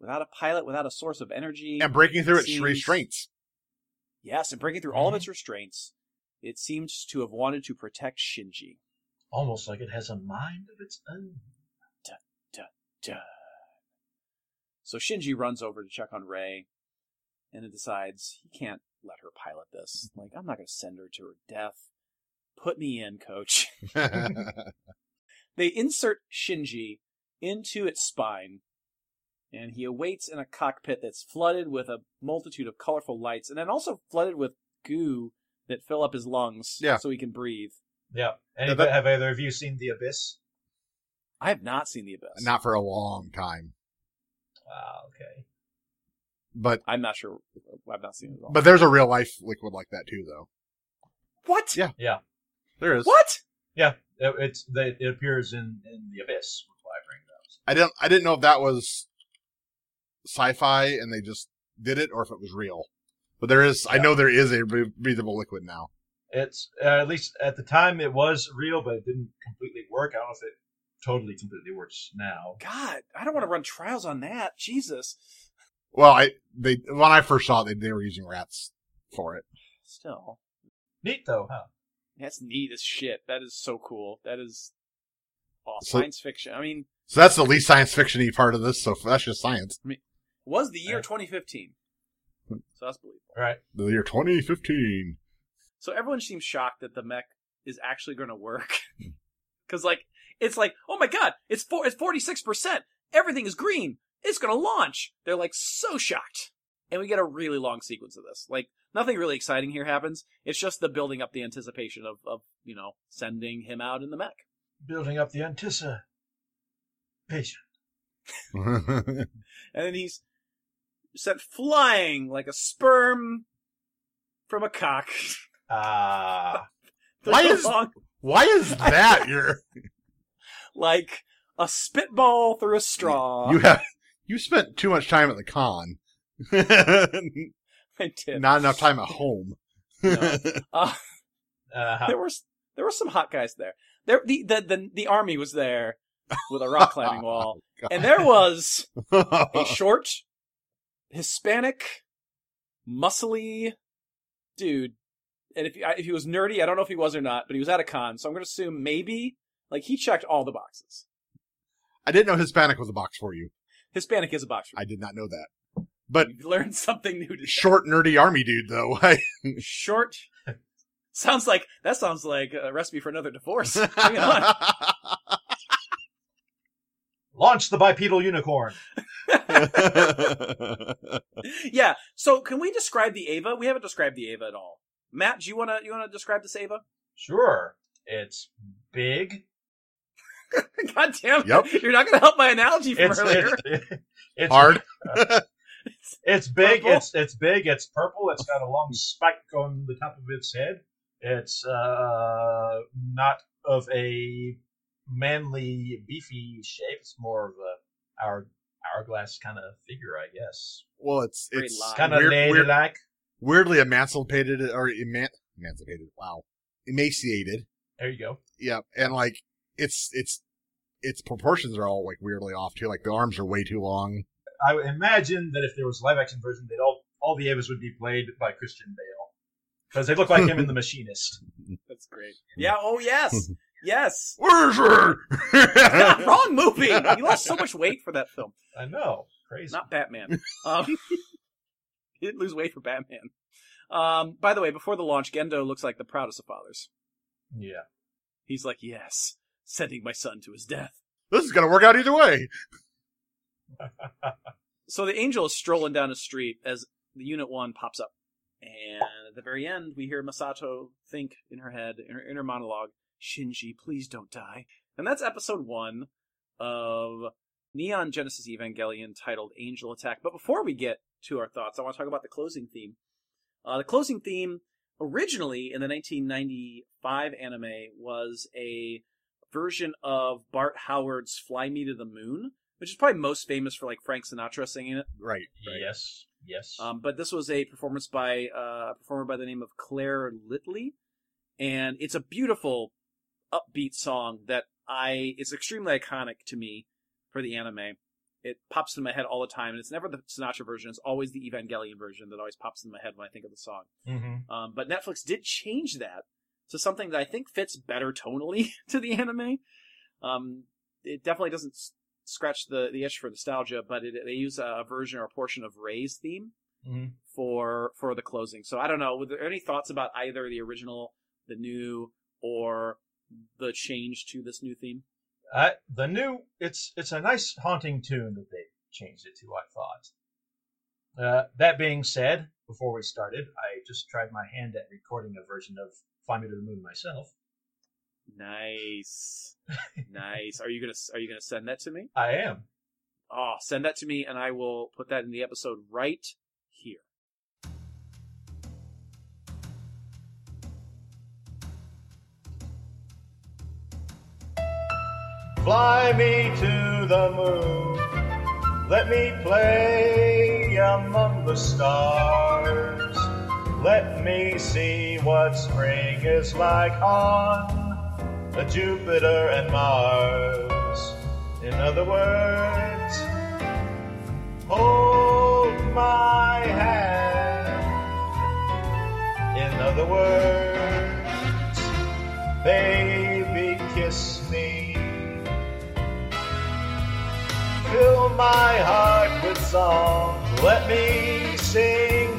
S6: Without a pilot, without a source of energy,
S5: and breaking through its
S6: Seems-
S5: restraints. (laughs)
S6: yes, and breaking through all of its restraints, it seems to have wanted to protect Shinji.
S7: Almost like it has a mind of its own.
S6: Duh. So Shinji runs over to check on Rey, and it decides he can't let her pilot this. Like, I'm not going to send her to her death. Put me in, coach. They insert Shinji into its spine, and he awaits in a cockpit that's flooded with a multitude of colorful lights, and then also flooded with goo that fill up his lungs
S5: Yeah.
S6: so he can breathe.
S7: Yeah. Any,
S5: Yeah, that-
S7: have either of you seen The Abyss?
S6: I have not seen the abyss.
S5: Not for a long time,
S7: Wow, Ah, okay.
S5: but
S6: I'm not sure. I've not seen it at all.
S5: but there's a real life liquid like that too, though.
S6: what?
S5: Yeah.
S7: Yeah.
S5: There is.
S6: What?
S7: Yeah, it, Uh, it's they, it appears in in the abyss. That's why I bring it up.
S5: I didn't. I didn't know if that was sci-fi and they just did it, or if it was real. But there is. I know there is a bre- breathable liquid now.
S7: It's uh, at least at the time it was real, but it didn't completely work. I don't know if it totally completely works now.
S6: God, I don't want to run trials on that. Jesus.
S5: Well, I they when I first saw it, they, they were using rats for it.
S6: Still,
S7: Neat though, huh?
S6: that's neat as shit. That is so cool. That is awesome.
S5: So-
S6: science fiction. I mean,
S5: So that's the least science fictiony part of this. So that's just science.
S6: was the year
S7: Right.
S6: 2015, so
S5: Hmm.
S6: that's believable.
S7: All right.
S5: The year (laughs) 2015.
S6: So everyone seems shocked that the mech is actually going to work. (laughs) Cuz like it's like, "Oh my god, it's four, it's 46%. Everything is green. It's going to launch." They're like so shocked. And we get a really long sequence of this. Like nothing really exciting here happens. It's just the building up the anticipation of of, you know, sending him out in the mech.
S7: Building up the anticipation.
S6: And then he's sent flying like a sperm from a cock. (laughs)
S7: Ah,
S5: Why
S6: There's a
S5: is-
S6: long-
S5: Why is that your?
S6: like a spitball through a
S5: (laughs)
S6: straw?
S5: You have you spent too much time at the con.
S6: (laughs)
S5: (laughs)
S6: I did.
S5: Not enough time at home. (laughs)
S6: No. Uh,
S7: uh-huh.
S6: there were s- there were some hot guys there. There the the the, the army was there. with a rock climbing wall. And there was a short Hispanic, muscly dude. And if I- if he was nerdy, I don't know if he was or not, but he was at a con, so I'm going to assume maybe like he checked all the boxes.
S5: I didn't know Hispanic was a box for you.
S6: Hispanic is a boxer.
S5: I did not know that. But
S6: You learned something new
S5: (laughs)
S6: today.
S5: short, nerdy army dude, though. (laughs) I-
S6: Short. Sounds like that sounds like a recipe for another divorce. Hang on.
S7: Launch the bipedal unicorn.
S6: Yeah. So can we describe the Ava? We haven't described the Ava at all. Matt, do you wanna you wanna describe this Ava? (laughs)
S7: Sure. It's (laughs) big.
S6: God damn it.
S5: Yep.
S6: You're not gonna help my analogy from
S7: It's
S6: earlier.
S7: it's, (laughs) it's
S5: (laughs) Hard.
S7: It's big.
S6: Purple?
S7: It's it's big. It's purple. It's got a long spike on the top of its head. It's uh, not of a manly, beefy shape. It's more of a hour, hourglass kind of figure, I guess.
S5: Well, it's
S6: Very
S5: it's
S6: live.
S7: Kind of
S5: weird- weird-
S7: ladylike.
S5: weirdly emancipated or eman- emancipated. Wow, emaciated.
S7: There you go.
S5: Yeah, and like it's it's its proportions are all like weirdly off too. Like the arms are way too long.
S7: I would imagine that if there was a live action version, they'd all all the Avas would be played by Christian Bale because they look like him in The Machinist.
S6: (laughs) That's great. Yeah,
S7: (laughs)
S6: oh yes. Yes.
S5: Where's her?
S6: Wrong movie. You lost so much weight for that film.
S7: I know. Crazy.
S6: Not Batman.
S7: (laughs)
S6: Um, (laughs) he didn't lose weight for Batman. Um, by the way, before the launch, Gendo looks like the proudest of fathers.
S7: Yeah.
S6: He's like, yes, sending my son to his death.
S5: (laughs) this is gonna work out either way.
S6: So the angel is strolling down a street as the unit one pops up, and at the very end, we hear Masato think in her head, in her inner monologue, "Shinji, please don't die." And that's episode one of Neon Genesis Evangelion, titled "Angel Attack." But before we get to our thoughts, I want to talk about the closing theme. Uh, the closing theme, originally in the 1995 anime, was a version of Bart Howard's "Fly Me to the Moon." Which is probably most famous for like Frank Sinatra singing it.
S5: Right. right.
S7: Yes. Yes.
S6: Um, but this was a performance by uh, a performer by the name of Claire Litley, and it's a beautiful, upbeat song that I it's extremely iconic to me for the anime. It pops in my head all the time, and it's never the Sinatra version. It's always the Evangelion version that always pops in my head when I think of the song.
S7: hmm
S6: Um, but Netflix did change that to something that I think fits better tonally (laughs) to the anime. Um, it definitely doesn't s- scratch the, the itch for nostalgia, but it, they use a version or a portion of Ray's theme
S7: hmm
S6: for for the closing. So I don't know. Were there any thoughts about either the original, the new, or the change to this new theme?
S7: I, the new it's it's a nice haunting tune that they changed it to. I thought. Uh, that being said, before we started, I just tried my hand at recording a version of "Fly Me to the Moon" myself.
S6: Nice, nice. Are you gonna are you gonna send that to me?
S7: I am.
S6: Oh, send that to me, and I will put that in the episode right here.
S7: Fly me to the moon. Let me play among the stars. Let me see what spring is like on a Jupiter and Mars. In other words, hold my hand. In other words, baby, kiss me. Fill my heart with song. Let me sing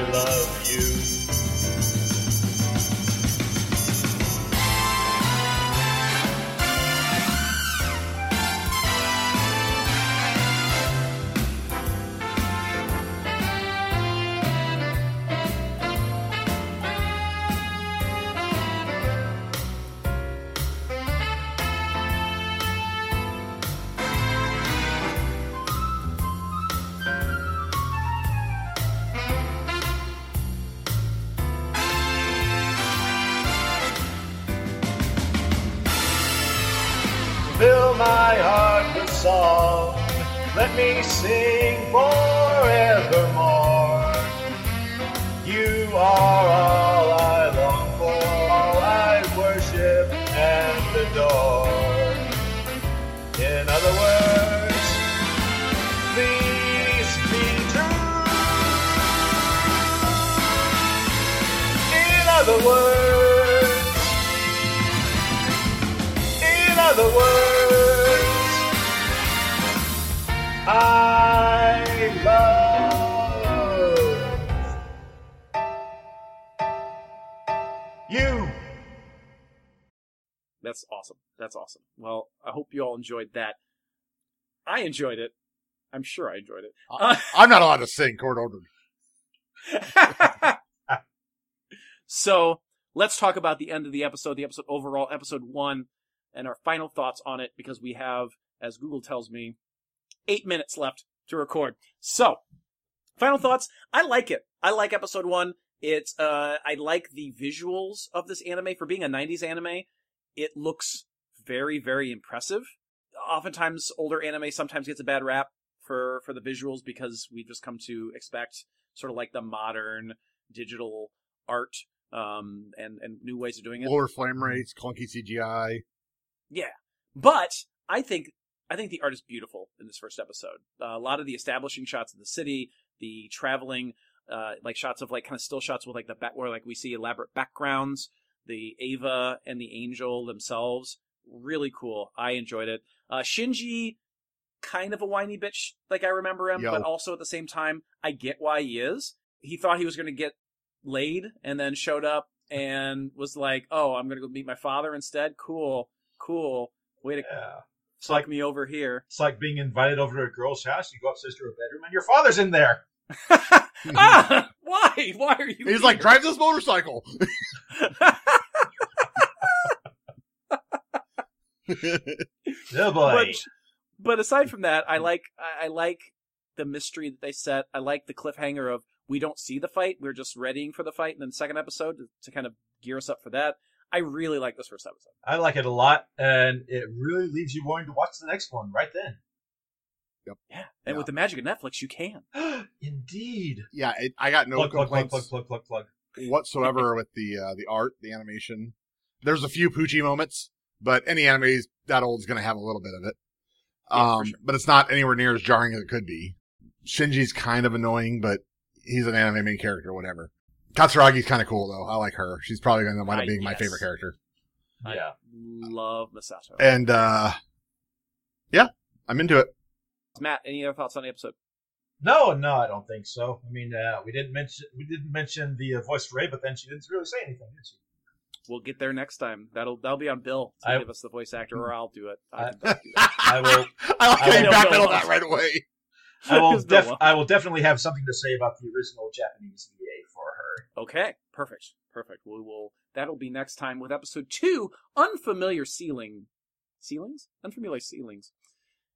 S7: love you. song. Let me sing forevermore. You are all I long for, all I worship and adore. In other words, please be true. In other words, in other words, I love you.
S6: That's awesome. That's awesome. Well, I hope you all enjoyed that. I enjoyed it. I'm sure I enjoyed it.
S5: I'm not allowed to sing court ordered.
S6: so let's talk about the end of the episode, the episode overall, episode one, and our final thoughts on it because we have, as Google tells me, eight minutes left to record. So, final thoughts. I like it. I like episode one. It's uh, I like the visuals of this anime for being a '90s anime. It looks very, very impressive. Oftentimes, older anime sometimes gets a bad rap for for the visuals because we just come to expect sort of like the modern digital art um, and and new ways of doing it.
S5: Lower flame rates, clunky CGI.
S6: But I think I think the art is beautiful in this first episode. Uh, a lot of the establishing shots of the city, the traveling, uh, like shots of like kind of still shots with like the back where like we see elaborate backgrounds, the Ava and the Angel themselves, really cool. I enjoyed it. Uh, Shinji, kind of a whiny bitch, like I remember him,
S5: Yo.
S6: but also at the same time, I get why he is. He thought he was going to get laid, and then showed up and was like, "Oh, I'm going to go meet my father instead." Cool, cool. Way to
S7: Yeah. It's
S6: fuck
S7: like
S6: me over
S7: (laughs)
S6: here.
S7: it's like being invited over to a girl's house. You go upstairs to her bedroom, and your father's in there.
S6: ah, why? Why are you?
S5: He's like, drive this motorcycle.
S7: Oh
S6: but,
S7: boy.
S6: but aside from that, I like I, I like the mystery that they set. I like the cliffhanger of we don't see the fight. We're just readying for the fight in the second episode to, to kind of gear us up for that. I really like this first episode.
S7: I like it a lot, and it really leaves you wanting to watch the next one right
S6: Yeah, and
S5: Yeah.
S6: with the magic of Netflix, you can.
S7: then. (gasps) Indeed.
S5: yeah, it, I got no
S7: plug, plug, plug,
S5: complaints
S7: plug, plug, plug, plug.
S6: (laughs)
S5: whatsoever with the uh, the art, the animation. There's a few Poochie moments, but any anime that old is going to have a little bit of it.
S6: Yeah, for
S5: Um,
S6: sure.
S5: But it's not anywhere near as jarring as it could be. Shinji's kind of annoying, but he's an anime main character, whatever. Katsuragi's kind of cool though. I like her. She's probably going to wind
S6: Ah,
S5: up being my
S6: yes.
S5: favorite character.
S6: I
S7: Yeah.
S6: Love Masato.
S5: And uh, yeah, I'm into it.
S6: Matt, any other thoughts on the episode?
S7: No, no, I don't think so. I mean, uh, we didn't mention we didn't mention the uh, voice for Ray, but then she didn't really say anything, did she?
S6: We'll get there next time. That'll that'll be on Bill to
S7: I-
S6: give us the voice actor, or I'll do it. I
S7: I-
S6: can definitely do that.
S5: (laughs) I
S7: will-
S5: like how
S7: I
S5: you
S7: will-
S5: backpedal that right away. (laughs)
S7: I will,
S6: Because Bill
S7: def-
S6: won't.
S7: I will definitely have something to say about the original Japanese VA for her.
S6: Okay, perfect, perfect. We will. That'll be next time with episode two, unfamiliar ceiling, ceilings, unfamiliar ceilings,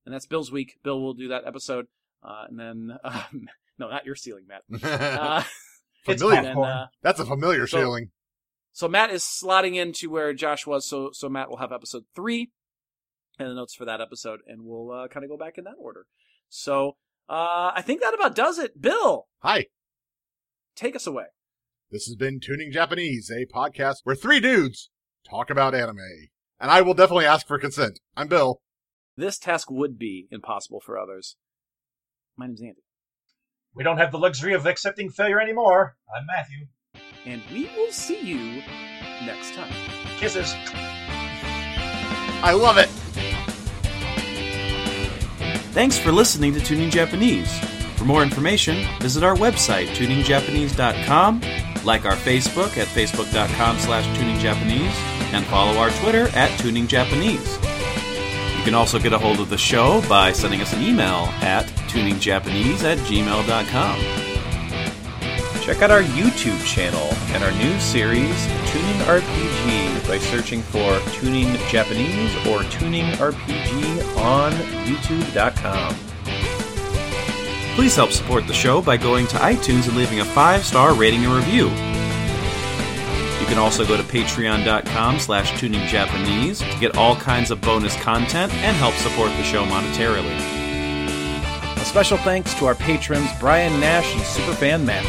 S6: and that's Bill's week. Bill will do that episode, uh, and then (laughs) um, no, not your ceiling, Matt. Uh,
S7: It's
S5: Familiar.
S6: and then,
S7: popcorn.
S6: uh,
S5: That's a familiar
S6: So-
S5: feeling.
S6: so Matt is slotting into where Josh was, so so Matt will have episode three and the notes for that episode, and we'll uh, kind of go back in that order. So uh, I think that about does it. Bill,
S5: Hi.
S6: take us away.
S5: This has been Tuning Japanese, a podcast where three dudes talk about anime. And I will definitely ask for consent. I'm Bill.
S6: This task would be impossible for others. My name's Andy.
S7: We don't have the luxury of accepting failure anymore. I'm Matthew.
S6: and we will see you next time.
S7: Kisses.
S5: I love it.
S8: Thanks for listening to Tuning Japanese. For more information, visit our website, tuningjapanese.com, like our Facebook at facebook.com slash tuningjapanese, and follow our Twitter at tuningjapanese. You can also get a hold of the show by sending us an email at tuningjapanese at gmail.com. Check out our YouTube channel and our new series, Tuning RPG, by searching for Tuning Japanese or Tuning RPG on YouTube.com. Please help support the show by going to iTunes and leaving a five star rating and review. You
S6: You can also go to patreon.com slash tuningjapanese to get all kinds of bonus content and help support the show monetarily.
S9: A special thanks to our patrons Brian Nash and Superfan Matt.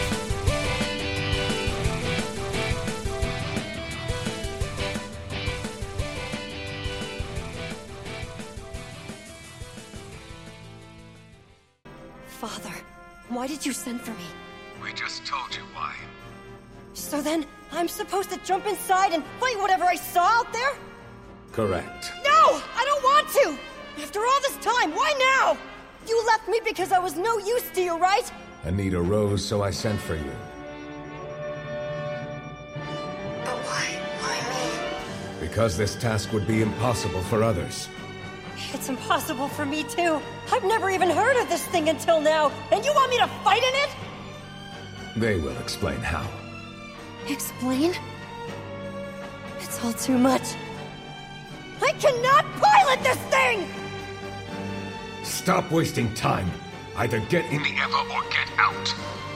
S3: Father, why did you send for me?
S2: We just told you why.
S3: So then, I'm supposed to jump inside and fight whatever I saw out there?
S4: Correct.
S3: No! I don't want to! After all this time, why now? You left me because I was no use to you, right?
S4: A need arose, so I sent for you.
S3: But why? Why
S4: Because this task would be impossible for others.
S3: me? It's impossible for me, too. I've never even heard of this thing until now, and you want me to fight in it?
S4: They will explain how.
S3: Explain? It's all too much. I cannot pilot this thing!
S4: Stop wasting time. Either get in
S2: ever or get out.